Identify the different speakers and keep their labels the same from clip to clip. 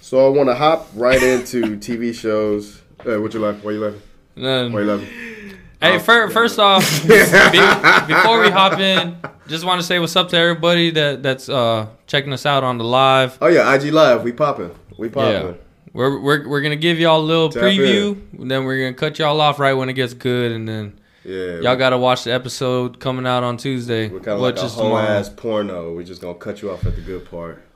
Speaker 1: So I want to hop right into TV shows. Hey, what you laughing? Why you laughing?
Speaker 2: None.
Speaker 1: Why you laughing?
Speaker 2: Hey, fir- first off, be- before we hop in, just want to say what's up to everybody that that's uh, checking us out on the live.
Speaker 1: Oh yeah, IG Live. We popping. We
Speaker 2: Yeah,
Speaker 1: popping.
Speaker 2: we're we're, we're gonna give y'all a little
Speaker 1: Tap
Speaker 2: preview, and then we're gonna cut y'all off right when it gets good, and then
Speaker 1: Yeah.
Speaker 2: y'all gotta watch the episode coming out on Tuesday,
Speaker 1: We're kind of
Speaker 2: which
Speaker 1: like a
Speaker 2: is
Speaker 1: whole
Speaker 2: tomorrow.
Speaker 1: ass porno. We're just gonna cut you off at the good part.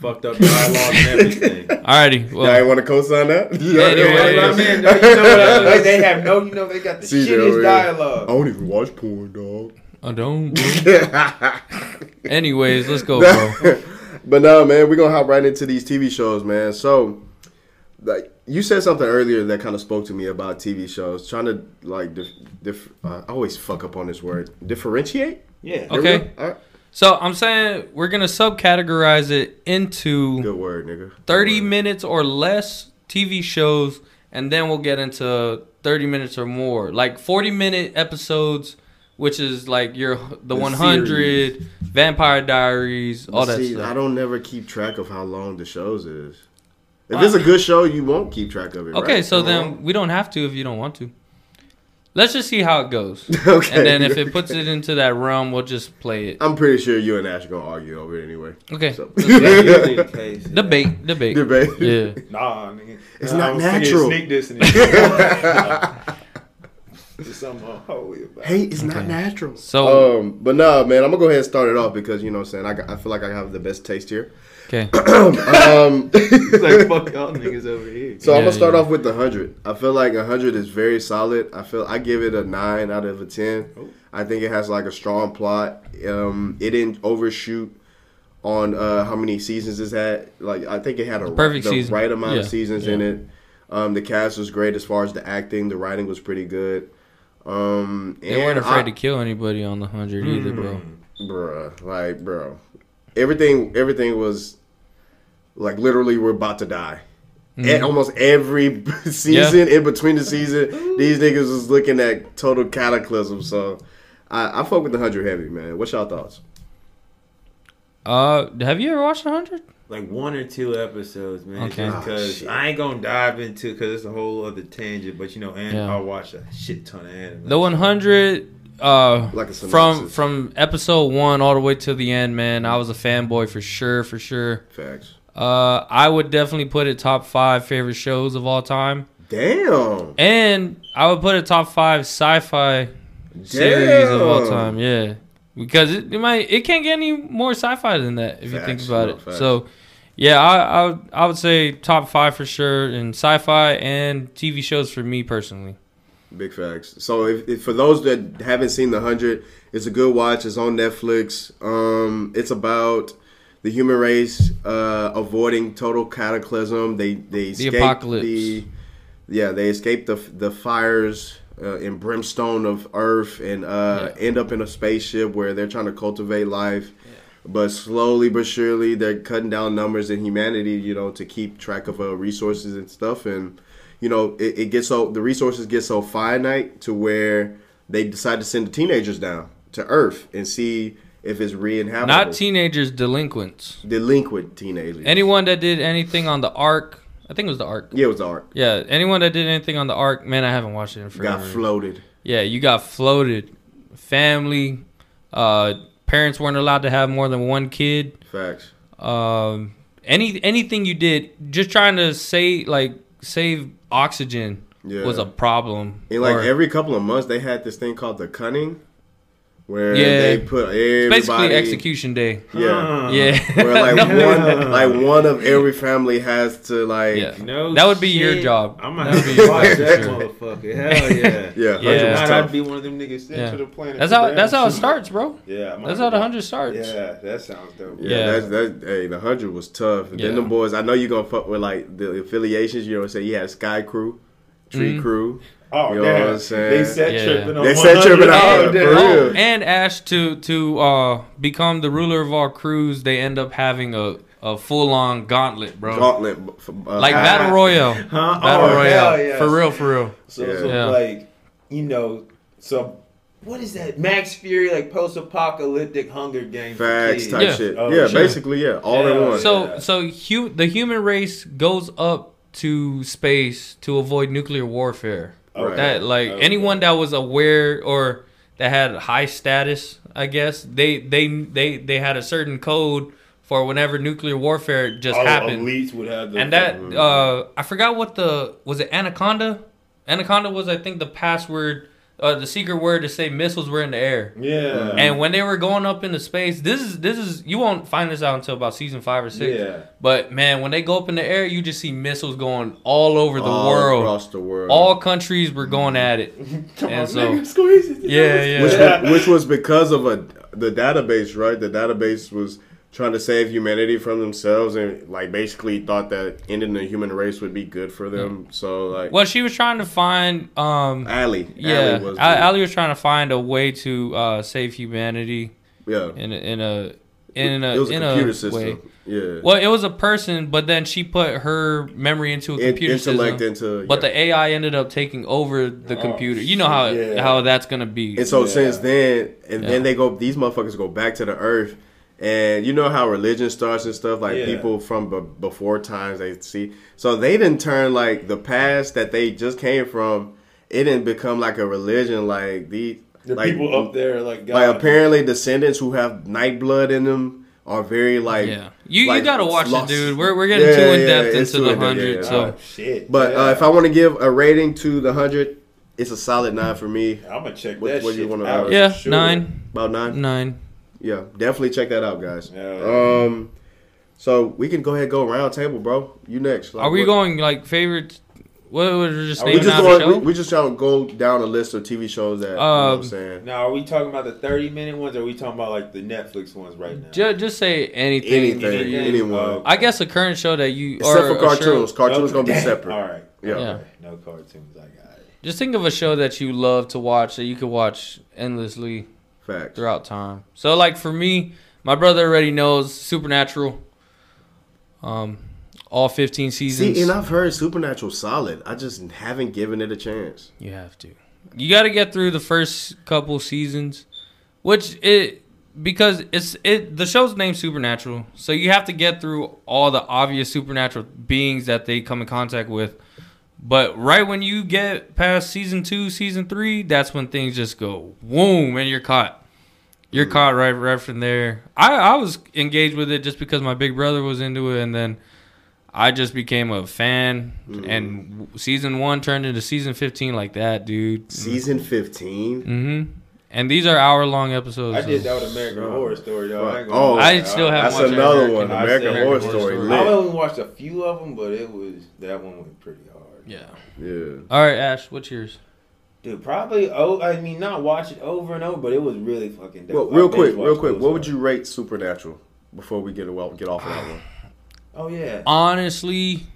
Speaker 3: Fucked up dialogue and everything.
Speaker 2: Alrighty,
Speaker 1: Y'all
Speaker 2: well,
Speaker 1: ain't want to co-sign that?
Speaker 2: Yeah, yeah, yeah,
Speaker 3: That's what I
Speaker 2: yeah.
Speaker 3: mean, though. You know what I mean? They have no, you know, they got the
Speaker 1: CJ over
Speaker 3: shittiest
Speaker 1: here. I
Speaker 3: dialogue.
Speaker 1: don't even watch porn, dog.
Speaker 2: I don't. Anyways, let's go, Oh, bro.
Speaker 1: but no, man, we're gonna hop right into these TV shows, man. So, like, you said something earlier that kind of spoke to me about TV shows, trying to like, dif- dif- uh, I always fuck up on this word, differentiate.
Speaker 3: Yeah.
Speaker 1: There we go.
Speaker 2: Okay.
Speaker 1: All right.
Speaker 2: So I'm saying we're gonna subcategorize it into
Speaker 1: good word, nigga. Good
Speaker 2: 30
Speaker 1: word.
Speaker 2: minutes or less TV shows, and then we'll get into 30 minutes or more, like 40 minute episodes, which is like your the, 100, Vampire Diaries, all that
Speaker 1: See, I
Speaker 2: stuff.
Speaker 1: don't never keep track of how long the shows is. If it's a good show, you won't keep track of it.
Speaker 2: Okay,
Speaker 1: right?
Speaker 2: so
Speaker 1: Am I
Speaker 2: then
Speaker 1: wrong?
Speaker 2: we don't have to if you don't want to. Let's just see how it goes,
Speaker 1: okay,
Speaker 2: and then if it puts it into that realm, we'll just play it.
Speaker 1: I'm pretty sure you and Ash are gonna argue over it anyway.
Speaker 2: Okay,
Speaker 1: So-
Speaker 3: That's usually the case. yeah.
Speaker 2: debate, debate,
Speaker 1: Debate.
Speaker 2: yeah.
Speaker 3: Nah, nigga.
Speaker 1: It's
Speaker 3: Nah,
Speaker 1: not
Speaker 3: I was thinking
Speaker 1: natural.
Speaker 3: Sneak this and it. There's something unholy about it.
Speaker 1: Hey, it's not natural.
Speaker 2: So
Speaker 1: Um, but nah, man, I'm gonna go ahead and start it off because you know what I'm saying I, got- I feel like I have the best taste here.
Speaker 2: okay,
Speaker 1: Um,
Speaker 3: It's like, fuck y'all niggas over here.
Speaker 1: so I'm
Speaker 2: Yeah,
Speaker 1: gonna start
Speaker 2: yeah.
Speaker 1: off with the hundred. I feel like a hundred is very solid. I feel I give it a nine out of a ten.
Speaker 3: Oh.
Speaker 1: I think it has like a strong plot. Um, it didn't overshoot on uh, how many seasons it's had. Like I think it had a
Speaker 2: perfect
Speaker 1: the
Speaker 2: season.
Speaker 1: right amount of
Speaker 2: Yeah,
Speaker 1: seasons in it. Um, the cast was great as far as the acting. The writing was pretty good. Um,
Speaker 2: they weren't
Speaker 1: and
Speaker 2: afraid
Speaker 1: I- Hmm.
Speaker 2: to kill anybody on the hundred either, bro.
Speaker 1: bruh like bro everything everything was like literally we're about to die E- almost every season in between the season these niggas was looking at total cataclysm so i i fuck with the hundred heavy man what's y'all thoughts
Speaker 2: Uh, have you ever watched the hundred?
Speaker 3: Like one or two episodes, man.
Speaker 2: Okay.
Speaker 3: just
Speaker 1: Oh,
Speaker 3: 'cause
Speaker 1: shit.
Speaker 3: I ain't gonna dive into because it's a whole other tangent. But you know, and
Speaker 2: Yeah.
Speaker 3: I watch a shit ton of anime.
Speaker 2: The 100 uh
Speaker 1: Like a
Speaker 2: from
Speaker 1: synopsis.
Speaker 2: from episode 1 all the way to the end, man. I was a fanboy for sure, for sure.
Speaker 1: facts
Speaker 2: Uh I would definitely put it top 5 favorite shows of all time.
Speaker 1: damn
Speaker 2: And I would put it top 5 sci-fi series of all
Speaker 1: Damn.
Speaker 2: time. Yeah. Because it, it might it can't get any more sci-fi than that if you think
Speaker 1: Facts,
Speaker 2: about
Speaker 1: no,
Speaker 2: it.
Speaker 1: facts.
Speaker 2: So yeah, I, I would- I would say top 5 for sure in sci-fi and TV shows for me personally.
Speaker 1: Big facts. So if, if for those that haven't seen the hundred, it's a good watch. It's on Netflix. Um, it's about the human race uh, avoiding total cataclysm. They they escape
Speaker 2: apocalypse.
Speaker 1: The, yeah, they escape the the fires uh, and brimstone of Earth and uh, end up in a spaceship where they're trying to cultivate life. But slowly but surely, they're cutting down numbers in humanity, you know, to keep track of uh, resources and stuff. And you know, it, it gets so the resources get so finite to where they decide to send the teenagers down to Earth and see if it's re-inhabitable.
Speaker 2: Not teenagers, delinquents.
Speaker 1: delinquent teenagers.
Speaker 2: anyone that did anything on the arc i think it was the arc
Speaker 1: yeah, it was the arc.
Speaker 2: yeah anyone that did anything on the arc man i haven't watched it in
Speaker 1: Got
Speaker 2: forever
Speaker 1: floated.
Speaker 2: yeah you got floated family uh parents weren't allowed to have more than one kid
Speaker 1: Facts.
Speaker 2: um any anything you did just trying to say like save oxygen
Speaker 1: Yeah.
Speaker 2: was a problem
Speaker 1: And like
Speaker 2: Or-
Speaker 1: every couple of months, they had this thing called the cunning, where
Speaker 2: Yeah.
Speaker 1: they put everybody.
Speaker 2: basically execution day
Speaker 1: Yeah.
Speaker 3: Huh.
Speaker 2: yeah
Speaker 1: Where like
Speaker 2: No.
Speaker 1: one, like one of every family has to like.
Speaker 2: Yeah.
Speaker 3: No
Speaker 2: That would be your
Speaker 3: shit.
Speaker 2: job.
Speaker 3: I'm gonna
Speaker 2: That would be
Speaker 3: have to
Speaker 2: your
Speaker 3: watch
Speaker 2: job for
Speaker 3: that
Speaker 2: sure.
Speaker 3: motherfucker. Hell yeah.
Speaker 1: Yeah,
Speaker 2: Yeah.
Speaker 1: yeah.
Speaker 3: If Not, I'd
Speaker 1: Tough.
Speaker 3: be one of them niggas sent
Speaker 2: Yeah.
Speaker 3: to the planet.
Speaker 2: that's
Speaker 3: for
Speaker 2: how
Speaker 3: that
Speaker 2: that's how it
Speaker 3: shit.
Speaker 2: starts bro
Speaker 3: Yeah, I'm
Speaker 2: that's
Speaker 3: gonna
Speaker 2: how the
Speaker 3: watch-
Speaker 2: 100 starts
Speaker 3: Yeah, that sounds dope.
Speaker 1: Yeah,
Speaker 2: Yeah.
Speaker 1: That's, that's hey, the hundred was tough. And
Speaker 2: Yeah.
Speaker 1: Then the boys, I know you're gonna fuck with like the affiliations. You know, say you had Sky Crew, Tree
Speaker 2: Mhm.
Speaker 1: Crew.
Speaker 3: Oh,
Speaker 1: You know
Speaker 3: damn.
Speaker 1: what I'm saying?
Speaker 3: They set
Speaker 2: Yeah.
Speaker 3: tripping on
Speaker 1: They set
Speaker 3: 100.
Speaker 1: tripping on-
Speaker 3: Oh,
Speaker 1: for
Speaker 3: damn.
Speaker 1: real.
Speaker 2: Oh, and Ash to to uh, become the ruler of all crews, they end up having a, a full on gauntlet, bro.
Speaker 1: Gauntlet, uh,
Speaker 2: Like
Speaker 1: I-
Speaker 2: battle royale,
Speaker 3: Huh?
Speaker 2: battle
Speaker 3: Ah. Oh,
Speaker 2: royale,
Speaker 3: hell yes.
Speaker 2: for real, for real.
Speaker 3: So,
Speaker 1: Yeah.
Speaker 3: so
Speaker 2: Yeah.
Speaker 3: like, you know, some what is that? Max Fury, like post-apocalyptic Hunger Games. for
Speaker 1: Facts
Speaker 3: kids.
Speaker 1: type
Speaker 2: Yeah.
Speaker 1: shit.
Speaker 3: Oh,
Speaker 1: yeah,
Speaker 3: shit.
Speaker 1: basically, yeah, all
Speaker 3: Yeah.
Speaker 1: in one.
Speaker 2: So
Speaker 3: Oh, Yeah.
Speaker 2: so hu- the human race goes up to space to avoid nuclear warfare.
Speaker 1: Right.
Speaker 2: That like
Speaker 3: Okay.
Speaker 2: anyone that was aware or that had high status, I guess they they they they had a certain code for whenever nuclear warfare just
Speaker 3: All
Speaker 2: happened.
Speaker 3: Oh, elites would have the
Speaker 2: And that uh, I forgot what the was it Anaconda? Anaconda was I think the password uh, the secret word to say missiles were in the air.
Speaker 3: yeah
Speaker 2: And when they were going up into space, this is this is you won't find this out until about season five or six.
Speaker 3: yeah
Speaker 2: But man, when they go up in the air, you just see missiles going all over the
Speaker 1: All
Speaker 2: world.
Speaker 1: across the world.
Speaker 2: All countries were going at it.
Speaker 3: come
Speaker 2: And
Speaker 3: on
Speaker 2: so-
Speaker 3: Oh, nigga, squeeze it
Speaker 2: Yeah, yeah.
Speaker 1: which,
Speaker 3: Yeah.
Speaker 1: Was, which was because of a the database, right? The database was trying to save humanity from themselves and like basically thought that ending the human race would be good for them. So like
Speaker 2: Well, she was trying to find um
Speaker 1: Allie,
Speaker 2: yeah,
Speaker 1: Allie was
Speaker 2: Al-
Speaker 1: the-
Speaker 2: Allie was trying to find a way to uh, save humanity
Speaker 1: yeah.
Speaker 2: in a, in a in a
Speaker 1: it was a
Speaker 2: in
Speaker 1: computer
Speaker 2: a
Speaker 1: system.
Speaker 2: way.
Speaker 1: Yeah.
Speaker 2: Well, it was a person, but then she put her memory into a
Speaker 1: In-
Speaker 2: computer
Speaker 1: intellect
Speaker 2: system.
Speaker 1: into
Speaker 2: But
Speaker 1: yeah.
Speaker 2: the AI ended up taking over the
Speaker 3: Oh,
Speaker 2: computer. You know how
Speaker 3: shit, yeah.
Speaker 2: how that's gonna be.
Speaker 1: And so
Speaker 3: Yeah.
Speaker 1: since then, and
Speaker 2: Yeah.
Speaker 1: then they go, these motherfuckers go back to the earth, and you know how religion starts and stuff like
Speaker 3: Yeah.
Speaker 1: people from b- before times they see. So they didn't turn like the past that they just came from. It didn't become like a religion. Like the,
Speaker 3: the
Speaker 1: like,
Speaker 3: people up there like God.
Speaker 1: like apparently descendants who have night blood in them are very like
Speaker 2: yeah, you
Speaker 1: like,
Speaker 2: you gotta watch it,
Speaker 1: lost-
Speaker 2: dude. We're we're getting
Speaker 1: Yeah,
Speaker 2: too in
Speaker 1: yeah,
Speaker 2: depth
Speaker 1: it's
Speaker 2: into
Speaker 1: too
Speaker 2: the
Speaker 1: in-depth, yeah,
Speaker 2: hundred.
Speaker 1: yeah.
Speaker 2: so
Speaker 3: oh, shit
Speaker 1: But
Speaker 3: yeah.
Speaker 1: uh, if I want to give a rating to the hundred, it's a solid nine for me.
Speaker 3: I'm gonna check
Speaker 1: What-
Speaker 3: that
Speaker 1: what you
Speaker 3: shit
Speaker 1: wanna-
Speaker 3: out. for
Speaker 2: yeah,
Speaker 3: sure.
Speaker 2: nine,
Speaker 1: About nine.
Speaker 2: nine.
Speaker 1: Yeah, definitely check that out, guys.
Speaker 3: Yeah.
Speaker 1: Um, so we can go ahead and go round table, bro. You next. Like,
Speaker 2: Are we
Speaker 1: what-
Speaker 2: going like favorite? What was we just
Speaker 3: Are we
Speaker 1: We
Speaker 2: naming
Speaker 1: just
Speaker 2: out a
Speaker 1: going.
Speaker 2: show?
Speaker 1: We, we just trying to go down a list of TV shows that. you know what I'm
Speaker 2: Um,
Speaker 1: saying
Speaker 3: Now, are we talking about the 30 minute ones or are we talking about like the Netflix ones right now?
Speaker 2: Ju- just say anything.
Speaker 1: anything,
Speaker 3: anything,
Speaker 1: anyone,
Speaker 3: uh,
Speaker 2: I guess a current show that you
Speaker 1: except
Speaker 2: or
Speaker 1: for
Speaker 2: a show-
Speaker 1: cartoons. Cartoons gonna be separate.
Speaker 3: All right.
Speaker 1: Yeah.
Speaker 2: Yeah.
Speaker 3: No cartoons. I got it.
Speaker 2: just think of a show that you love to watch that you could watch endlessly
Speaker 1: Facts.
Speaker 2: throughout time. So like for me, my brother already knows Supernatural. Um, all fifteen seasons.
Speaker 1: See, and I've heard Supernatural solid. I just haven't given it a chance.
Speaker 2: You have to. You got to get through the first couple seasons, which it because it's it the show's named Supernatural, so you have to get through all the obvious supernatural beings that they come in contact with. But right when you get past season two, season three, that's when things just go boom, and you're caught. You're caught right right from there. I I was engaged with it just because my big brother was into it, and then I just became a fan, and w- season one turned into season fifteen like that, dude.
Speaker 1: Season fifteen.
Speaker 2: hmm And these are hour long episodes.
Speaker 3: I did
Speaker 2: so-
Speaker 3: that with American Horror Story, y'all. ain't gonna
Speaker 1: Oh,
Speaker 3: lie,
Speaker 2: I still
Speaker 3: y'all.
Speaker 2: haven't
Speaker 1: That's
Speaker 2: watched
Speaker 1: another one.
Speaker 3: Horror
Speaker 1: American
Speaker 3: Story.
Speaker 1: Horror
Speaker 3: American
Speaker 1: Story.
Speaker 2: Horror
Speaker 3: I
Speaker 1: lit.
Speaker 3: only watched a few of them, but it was that one went pretty hard.
Speaker 2: Yeah.
Speaker 1: Yeah.
Speaker 2: All right, Ash. What's yours?
Speaker 3: Dude, probably. Oh, I mean, not watch it over and over, but it was really fucking. dope.
Speaker 1: Well,
Speaker 3: I
Speaker 1: real
Speaker 3: binge
Speaker 1: quick,
Speaker 3: watched
Speaker 1: real quick.
Speaker 3: those
Speaker 1: What would
Speaker 3: hard.
Speaker 1: you rate Supernatural before we get a, well, get off of that one?
Speaker 3: Oh yeah,
Speaker 2: Honestly,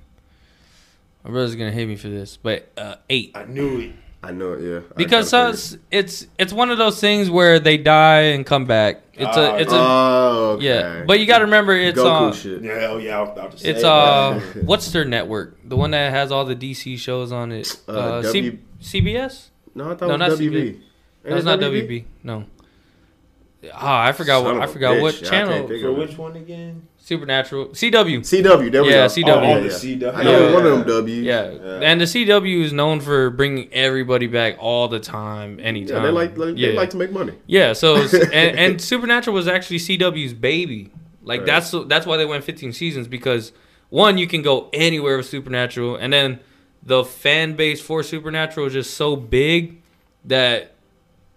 Speaker 2: my brother's gonna hate me for this, but uh, eight.
Speaker 3: I knew it.
Speaker 1: I know it. Yeah. I
Speaker 2: Because
Speaker 1: kinda figured.
Speaker 2: us, it's it's one of those things where they die and come back. It's
Speaker 3: Ah,
Speaker 2: a it's a
Speaker 1: Oh, okay.
Speaker 2: yeah. But you gotta remember it's
Speaker 1: Goku
Speaker 2: uh,
Speaker 1: shit.
Speaker 3: Yeah, hell yeah, I was about to say
Speaker 2: It's
Speaker 3: that.
Speaker 2: uh, what's their network? The one that has all the DC shows on it.
Speaker 1: Uh,
Speaker 2: Uh,
Speaker 1: W-
Speaker 2: C- CBS?
Speaker 1: No, I thought
Speaker 2: No,
Speaker 1: it
Speaker 2: not
Speaker 1: was WB.
Speaker 2: CBS.
Speaker 1: Ain't
Speaker 2: No, it's
Speaker 1: it
Speaker 2: not WB. No. Ah, I forgot
Speaker 1: Son
Speaker 2: what I
Speaker 1: of a
Speaker 2: forgot what
Speaker 1: bitch. I can't
Speaker 2: channel.
Speaker 1: think
Speaker 3: for which one again?
Speaker 2: Supernatural. CW.
Speaker 1: CW. There we
Speaker 2: Yeah,
Speaker 1: go.
Speaker 2: CW. Oh,
Speaker 3: on the CW.
Speaker 1: I know
Speaker 2: Yeah.
Speaker 1: one of them W.
Speaker 2: Yeah.
Speaker 3: Yeah.
Speaker 2: and the CW is known for bringing everybody back all the time, anytime.
Speaker 1: Yeah, they like like-
Speaker 2: yeah.
Speaker 1: they like to make money.
Speaker 2: yeah. So it's- and, and Supernatural was actually CW's baby. Like
Speaker 1: Right.
Speaker 2: that's that's why they went 15 seasons because one you can go anywhere with Supernatural, and then the fan base for Supernatural is just so big that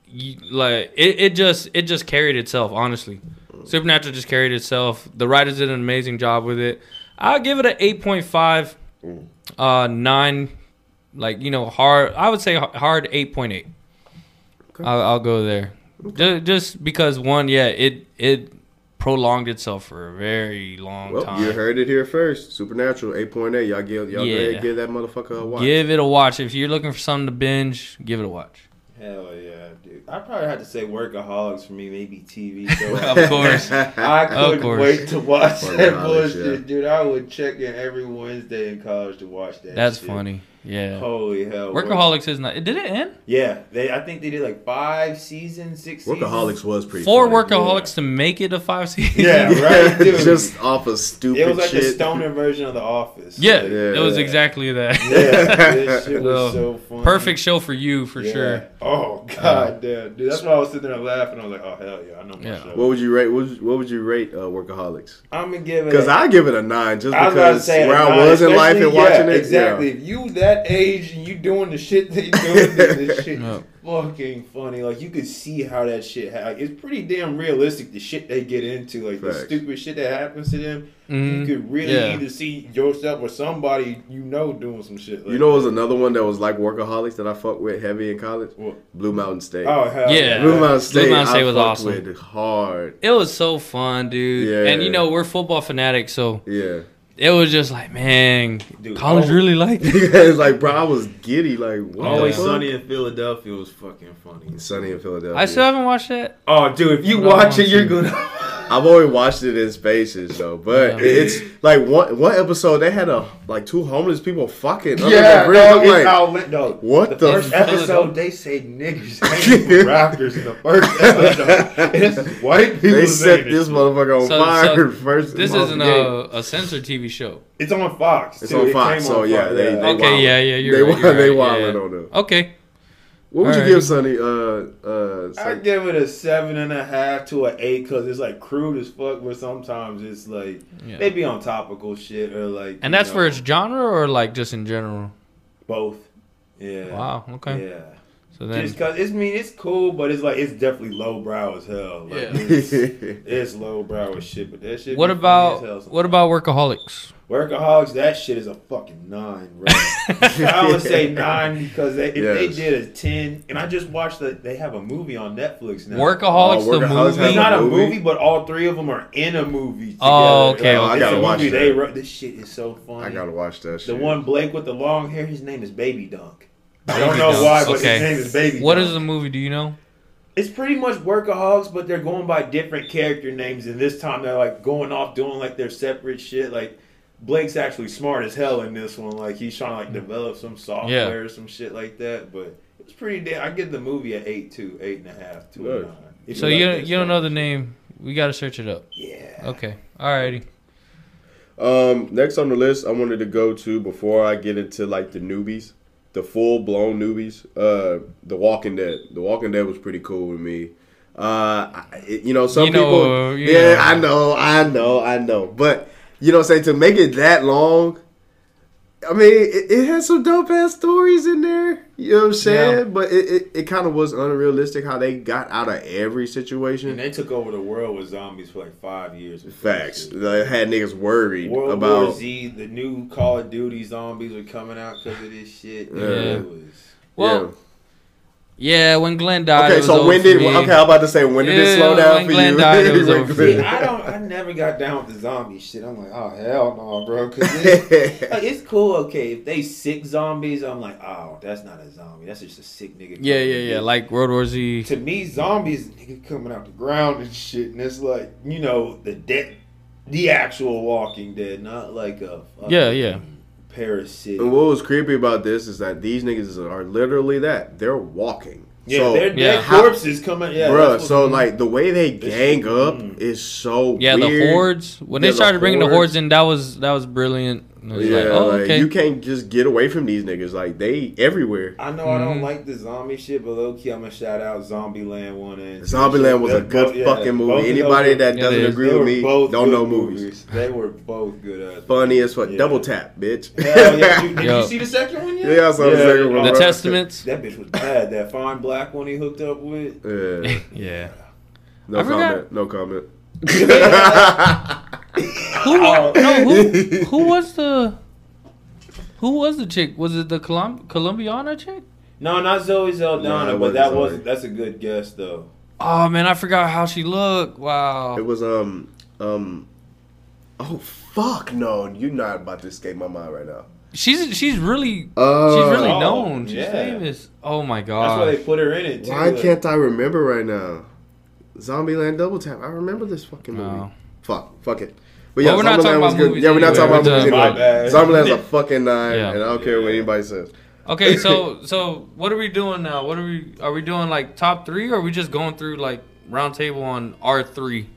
Speaker 2: you, like it, it just it just carried itself honestly. Supernatural just carried itself. The writers did an amazing job with it. I'll give it an 8.5 uh 9 like you know hard I would say h- hard 8.8.
Speaker 1: Okay.
Speaker 2: I'll, I'll go there. Ju- Just because one yeah, it it prolonged itself for a very long
Speaker 1: Well,
Speaker 2: time.
Speaker 1: you heard it here first. Supernatural 8.8. Y'all give y'all go
Speaker 2: Yeah.
Speaker 1: ahead and give that motherfucker a watch.
Speaker 2: Give it a watch if you're looking for something to binge, give it a watch.
Speaker 3: Hell yeah, dude. I probably had to say workaholics for me, maybe TV.
Speaker 2: Of
Speaker 3: So
Speaker 2: course.
Speaker 3: I couldn't
Speaker 2: course.
Speaker 3: wait to watch that
Speaker 1: Workaholics,
Speaker 3: bullshit,
Speaker 1: yeah.
Speaker 3: dude. I would check in every Wednesday in college to watch that.
Speaker 2: That's
Speaker 3: shit.
Speaker 2: funny. Yeah.
Speaker 3: Holy hell. what-
Speaker 2: Workaholics is not. Did it end?
Speaker 3: Yeah, they. I think they did like five seasons, six.
Speaker 1: Workaholics
Speaker 3: Seasons.
Speaker 1: was pretty.
Speaker 2: Four
Speaker 1: funny.
Speaker 2: workaholics to make it a five season.
Speaker 3: Yeah. right, dude.
Speaker 1: Just off of stupid
Speaker 3: It was like
Speaker 1: shit.
Speaker 3: the stoner version of The Office.
Speaker 2: Yeah,
Speaker 3: Like,
Speaker 2: it was
Speaker 1: Yeah.
Speaker 2: exactly that.
Speaker 3: yeah, this shit
Speaker 2: So,
Speaker 3: was so funny.
Speaker 2: Perfect show for you for
Speaker 3: Yeah.
Speaker 2: sure. Uh,
Speaker 3: Oh god, damn, dude. That's why I was sitting there laughing. I was like, oh hell yeah, I know my
Speaker 2: Yeah.
Speaker 3: show.
Speaker 1: What would you rate? What would you, what would you rate uh, Workaholics?
Speaker 3: I'm gonna give it.
Speaker 1: Because
Speaker 3: a-
Speaker 1: I give it a nine, just
Speaker 3: I was about to
Speaker 1: because
Speaker 3: say
Speaker 1: where
Speaker 3: a
Speaker 1: I
Speaker 3: nine,
Speaker 1: was in life and
Speaker 3: especially-
Speaker 1: watching
Speaker 3: yeah,
Speaker 1: it.
Speaker 3: Exactly. If you that age and you doing the shit that you doing, dude, this shit
Speaker 2: Yeah.
Speaker 3: is fucking funny. Like you could see how that shit. Ha- like, it's pretty damn realistic. The shit they get into, like
Speaker 1: Facts.
Speaker 3: the stupid shit that happens to them. You
Speaker 2: Mhm.
Speaker 3: could really
Speaker 2: Yeah.
Speaker 3: either see yourself or somebody you know doing some shit. Like,
Speaker 1: You know, it was another one that was like Workaholics that I fucked with heavy in college.
Speaker 3: What?
Speaker 1: Blue Mountain State.
Speaker 3: Oh hell
Speaker 2: Yeah.
Speaker 1: Blue Mountain State.
Speaker 2: Mountain State
Speaker 1: I
Speaker 2: was
Speaker 1: fucked
Speaker 2: awesome.
Speaker 1: With hard.
Speaker 2: It was so fun, dude.
Speaker 1: Yeah.
Speaker 2: And you know we're football fanatics, so
Speaker 1: Yeah.
Speaker 2: it was just like, man,
Speaker 3: Dude,
Speaker 2: college
Speaker 3: oh.
Speaker 2: really liked it.
Speaker 1: it's like, bro, I was giddy. Like, what
Speaker 3: Always
Speaker 1: the fuck?
Speaker 3: Sunny in Philadelphia was fucking funny.
Speaker 1: Sunny in Philadelphia.
Speaker 2: I still haven't watched that.
Speaker 3: Oh, dude, if you
Speaker 2: No,
Speaker 3: watch it,
Speaker 2: I'm
Speaker 3: you're
Speaker 2: sure.
Speaker 3: gonna.
Speaker 1: I've always watched it in spaces though, but
Speaker 2: Yeah.
Speaker 1: it's like one one episode they had a like two homeless people fucking. under
Speaker 3: Yeah,
Speaker 1: the bridge.
Speaker 3: no,
Speaker 1: I'm
Speaker 3: it's
Speaker 1: like,
Speaker 3: outlet- no.
Speaker 1: what
Speaker 3: The
Speaker 1: the
Speaker 3: first
Speaker 2: fuck?
Speaker 3: episode, they say niggers hanging from rafters in the first episode. It's white people.
Speaker 1: they
Speaker 3: saying
Speaker 1: set
Speaker 3: it.
Speaker 1: this motherfucker on
Speaker 2: So-
Speaker 1: fire
Speaker 2: so
Speaker 1: first.
Speaker 2: This
Speaker 1: of all.
Speaker 2: isn't a, a censored TV show.
Speaker 3: It's on Fox.
Speaker 1: It's
Speaker 3: too.
Speaker 1: on
Speaker 3: It
Speaker 1: Fox,
Speaker 3: came
Speaker 1: so
Speaker 3: on
Speaker 1: yeah,
Speaker 3: Fox,
Speaker 1: they- they
Speaker 2: Okay,
Speaker 1: wildin'.
Speaker 2: yeah, yeah, you're
Speaker 1: They
Speaker 2: right.
Speaker 1: wi-
Speaker 2: you're
Speaker 1: they
Speaker 2: right, yeah.
Speaker 1: wildin' on them.
Speaker 2: Okay,
Speaker 1: What would you
Speaker 2: Alright.
Speaker 1: give Sunny? Uh, uh,
Speaker 3: I
Speaker 1: Sunny?
Speaker 3: give it a seven and a half to an eight because it's like crude as fuck. But sometimes it's like
Speaker 2: Yeah.
Speaker 3: they be on topical shit or like.
Speaker 2: and
Speaker 3: you
Speaker 2: that's
Speaker 3: know,
Speaker 2: for its genre or like just in general.
Speaker 3: both. Yeah.
Speaker 2: Wow. Okay.
Speaker 3: Yeah.
Speaker 2: So
Speaker 3: Just 'cause
Speaker 2: then,
Speaker 3: Just cause it's I mean it's cool, but it's like it's definitely lowbrow as hell. Like,
Speaker 2: Yeah.
Speaker 3: It's, it's lowbrow as shit, but that shit. be
Speaker 2: what
Speaker 3: funny as hell
Speaker 2: about
Speaker 3: sometimes.
Speaker 2: what about workaholics?
Speaker 3: Workaholics, that shit is a fucking nine, bro. I would say nine because they, if
Speaker 1: Yes.
Speaker 3: they did a ten, and I just watched that they have a movie on Netflix now.
Speaker 2: Workaholics,
Speaker 1: Oh,
Speaker 2: the
Speaker 1: Workaholics has
Speaker 2: movie.
Speaker 3: It's not a
Speaker 1: movie?
Speaker 3: movie, but all three of them are in a movie. Together.
Speaker 2: Oh, okay, okay.
Speaker 3: Like, it's
Speaker 1: I gotta
Speaker 3: a
Speaker 1: watch
Speaker 3: movie
Speaker 1: that.
Speaker 3: They wrote this shit is so funny.
Speaker 1: I gotta watch that
Speaker 3: the
Speaker 1: shit.
Speaker 3: one Blake with the long hair, his name is Baby Dunk. I
Speaker 2: Baby
Speaker 3: don't know
Speaker 2: Dunk,
Speaker 3: why, but
Speaker 2: okay.
Speaker 3: his name is Baby.
Speaker 2: What
Speaker 3: Dunk.
Speaker 2: is the movie? Do you know?
Speaker 3: It's pretty much workaholics, but they're going by different character names, and this time they're like going off doing like their separate shit. Like Blake's actually smart as hell in this one. Like he's trying to like develop some software
Speaker 2: Mm-hmm. Yeah.
Speaker 3: or some shit like that. But it's pretty damn. I give the movie a eight two, eight and a half, two
Speaker 1: Good.
Speaker 3: and nine. If
Speaker 2: So
Speaker 3: like
Speaker 2: you
Speaker 3: that
Speaker 2: you don't know
Speaker 3: stuff.
Speaker 2: the name. We gotta search it up.
Speaker 3: Yeah.
Speaker 2: Okay. Alrighty.
Speaker 1: Um, next on the list, I wanted to go to before I get into like the newbies, the full blown newbies. Uh, The Walking Dead. The Walking Dead was pretty cool with me. Uh, I, it- you know, some
Speaker 2: You know,
Speaker 1: people.
Speaker 2: uh, you
Speaker 1: yeah,
Speaker 2: know.
Speaker 1: I know, I know, I know. But you know, what I'm saying to make it that long. I mean, it, it has some dope ass stories in there. You know what I'm saying?
Speaker 2: Yeah.
Speaker 1: But it, it, it kind of was unrealistic how they got out of every situation.
Speaker 3: And they took over the world with zombies for like five years. with that
Speaker 1: Facts.
Speaker 3: shit.
Speaker 1: They had niggas worried
Speaker 3: World
Speaker 1: about.
Speaker 3: War Z, the new Call of Duty zombies were coming out because of this shit.
Speaker 1: Yeah.
Speaker 3: It was.
Speaker 2: Well, yeah. When Glenn
Speaker 1: yeah.
Speaker 2: died. it
Speaker 1: Okay,
Speaker 2: was
Speaker 1: so
Speaker 2: over
Speaker 1: when
Speaker 2: for
Speaker 1: did?
Speaker 2: me.
Speaker 1: Okay, I'm about to say when did it
Speaker 2: Yeah,
Speaker 1: slow down
Speaker 2: when
Speaker 1: for
Speaker 2: Glenn
Speaker 1: you?
Speaker 2: died, it was
Speaker 1: When
Speaker 2: over.
Speaker 1: Glenn-
Speaker 3: See, I don't. I never got down with the zombie shit. I'm like, oh hell no, bro. 'cause it's, like, it's cool, okay. If they sick zombies, I'm like, oh, that's not a zombie. That's just a sick nigga.
Speaker 2: Yeah,
Speaker 3: coming
Speaker 2: yeah, yeah.
Speaker 3: to
Speaker 2: Like World War Z.
Speaker 3: get- to me, zombies nigga coming out the ground and shit, and it's like you know the dead, the actual Walking Dead, not like a fucking
Speaker 2: Yeah, yeah.
Speaker 3: parasite.
Speaker 1: And what was creepy about this is that these niggas are literally that they're walking.
Speaker 3: yeah,
Speaker 1: so,
Speaker 3: their dead
Speaker 2: yeah.
Speaker 3: corpses coming. Yeah,
Speaker 1: bruh.
Speaker 3: that's what-
Speaker 1: So like the way they gang up
Speaker 3: Mm.
Speaker 1: is so
Speaker 2: Yeah,
Speaker 1: weird.
Speaker 2: the hordes. When
Speaker 1: Yeah,
Speaker 2: they
Speaker 1: the
Speaker 2: started bringing the
Speaker 1: hordes.
Speaker 2: hordes in, that was that was brilliant. It was
Speaker 1: Yeah,
Speaker 2: like, oh,
Speaker 1: like,
Speaker 2: okay.
Speaker 1: you can't just get away from these niggas. Like they everywhere.
Speaker 3: I know I don't
Speaker 2: Mhm.
Speaker 3: like the zombie shit, but low key, I'm gonna shout out Zombieland one and two.
Speaker 1: Zombieland was a
Speaker 3: They're
Speaker 1: good
Speaker 3: both- yeah,
Speaker 1: fucking
Speaker 3: both of
Speaker 1: movie.
Speaker 3: those
Speaker 1: Anybody
Speaker 3: were-
Speaker 1: that
Speaker 2: Yeah,
Speaker 1: doesn't
Speaker 2: they-
Speaker 1: agree
Speaker 3: they
Speaker 1: with
Speaker 3: were
Speaker 1: me
Speaker 3: both
Speaker 1: don't
Speaker 3: good
Speaker 1: know movies.
Speaker 3: They were both good. At
Speaker 1: Funny as fuck.
Speaker 3: Yeah.
Speaker 1: Double tap, bitch.
Speaker 3: Hell yeah! Dude, did
Speaker 2: Yo.
Speaker 3: you see the second one yet?
Speaker 1: Yeah, I saw the second one.
Speaker 2: the
Speaker 1: bro.
Speaker 2: Testaments.
Speaker 3: That bitch was bad. That fine black one he hooked up with.
Speaker 1: Yeah.
Speaker 2: Yeah.
Speaker 1: No
Speaker 2: I forgot-
Speaker 1: comment. No comment.
Speaker 2: Who?
Speaker 3: Oh.
Speaker 2: No. Who? Who was the? Who was the chick? Was it the Colum- Colombiana chick?
Speaker 3: No, not Zoe Zeldana,
Speaker 1: Nah, it
Speaker 3: but that
Speaker 1: wasn't
Speaker 3: was
Speaker 1: Zoe.
Speaker 3: that's a good guess though.
Speaker 2: Oh man, I forgot how she looked.
Speaker 1: It
Speaker 2: Wow.
Speaker 1: was um um. Oh fuck no! You're not about to escape my mind right now.
Speaker 2: She's she's really
Speaker 1: Uh,
Speaker 2: she's really
Speaker 3: Oh,
Speaker 2: known. She's
Speaker 3: yeah.
Speaker 2: famous. Oh my
Speaker 3: That's why
Speaker 2: god.
Speaker 3: they put her in it. Too.
Speaker 1: Why
Speaker 3: Like,
Speaker 1: can't I remember right now? Zombieland Double Tap. I remember this fucking movie.
Speaker 2: No.
Speaker 1: Fuck. Fuck it. But yeah,
Speaker 2: Well, we're not talking
Speaker 1: Zombieland was
Speaker 2: about
Speaker 1: good.
Speaker 2: movies
Speaker 1: Yeah, we're not
Speaker 2: anyway.
Speaker 1: talking about
Speaker 2: We're
Speaker 1: movies
Speaker 2: talking
Speaker 1: anyway.
Speaker 3: about
Speaker 1: Zombieland's a
Speaker 3: bad.
Speaker 1: fucking nine,
Speaker 2: Yeah.
Speaker 1: and I don't care what
Speaker 3: Yeah.
Speaker 1: anybody says.
Speaker 2: Okay, so so what are we doing now? What are we are we doing like top three or are we just going through like round table on R three?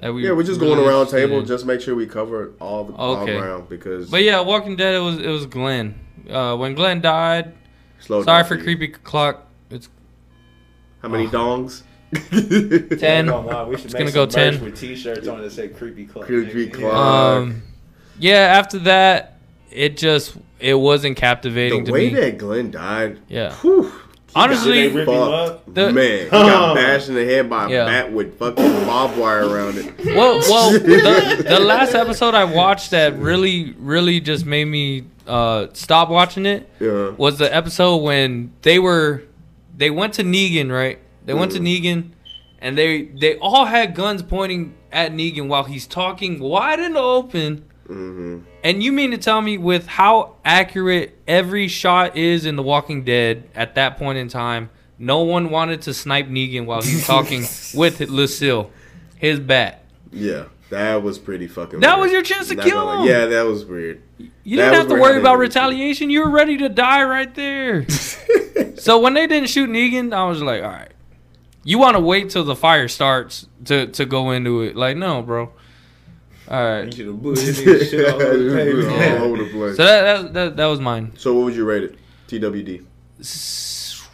Speaker 2: That we
Speaker 1: Yeah, we're just
Speaker 2: really
Speaker 1: going around
Speaker 2: interested
Speaker 1: table.
Speaker 2: in?
Speaker 1: Just make sure we cover all the all
Speaker 2: Mm-hmm. Okay.
Speaker 1: round because
Speaker 2: But yeah, Walking Dead it was it was Glenn. Uh, when Glenn died,
Speaker 1: slow
Speaker 2: sorry
Speaker 1: down
Speaker 2: for Oh.
Speaker 1: you.
Speaker 2: creepy clock. It's
Speaker 1: How many dongs?
Speaker 2: Ten.
Speaker 3: Come on, we should
Speaker 2: It's gonna
Speaker 3: make some
Speaker 2: go
Speaker 3: merch
Speaker 2: 10.
Speaker 3: with T-shirts on it that say "Creepy Club."
Speaker 1: Creepy
Speaker 3: nigga.
Speaker 1: Club.
Speaker 3: Yeah.
Speaker 2: um Yeah, after that it just it wasn't captivating
Speaker 1: the
Speaker 2: to
Speaker 1: way
Speaker 2: me.
Speaker 1: that Glenn died.
Speaker 2: yeah.
Speaker 1: Whew,
Speaker 2: Honestly,
Speaker 3: Did they rip him up?
Speaker 1: fuck,
Speaker 2: The-
Speaker 1: man, he got
Speaker 3: Oh.
Speaker 1: bashed in the head by a
Speaker 2: Yeah.
Speaker 1: bat with fucking barbed wire around it.
Speaker 2: well, well the, the last episode I watched that really, really just made me uh, stop watching it
Speaker 1: Yeah,
Speaker 2: was the episode when they were they went to Negan, right? They went to
Speaker 1: Mm.
Speaker 2: Negan and they they all had guns pointing at Negan while he's talking wide in the open.
Speaker 1: Mhm.
Speaker 2: And you mean to tell me with how accurate every shot is in The Walking Dead at that point in time, no one wanted to snipe Negan while he's talking with Lucille, his bat.
Speaker 1: yeah, that was pretty fucking.
Speaker 2: That
Speaker 1: weird.
Speaker 2: was your chance to
Speaker 1: Not
Speaker 2: kill
Speaker 1: gonna-
Speaker 2: him.
Speaker 1: Yeah, that was weird.
Speaker 2: You
Speaker 1: That
Speaker 2: didn't
Speaker 1: was
Speaker 2: have to
Speaker 1: where I
Speaker 2: worry
Speaker 1: didn't
Speaker 2: about
Speaker 1: really see it.
Speaker 2: retaliation. You were ready to die right there. so when they didn't shoot Negan, I was like, all right. You want to wait till the fire starts to, to go into it. Like, no, bro. All
Speaker 3: You
Speaker 2: right.
Speaker 3: should have blew this nigga shit all over the
Speaker 1: Yeah, all
Speaker 3: pavement.
Speaker 1: over the place.
Speaker 2: So that, that, that, that was mine.
Speaker 1: So what would you rate it? TWD.
Speaker 2: S-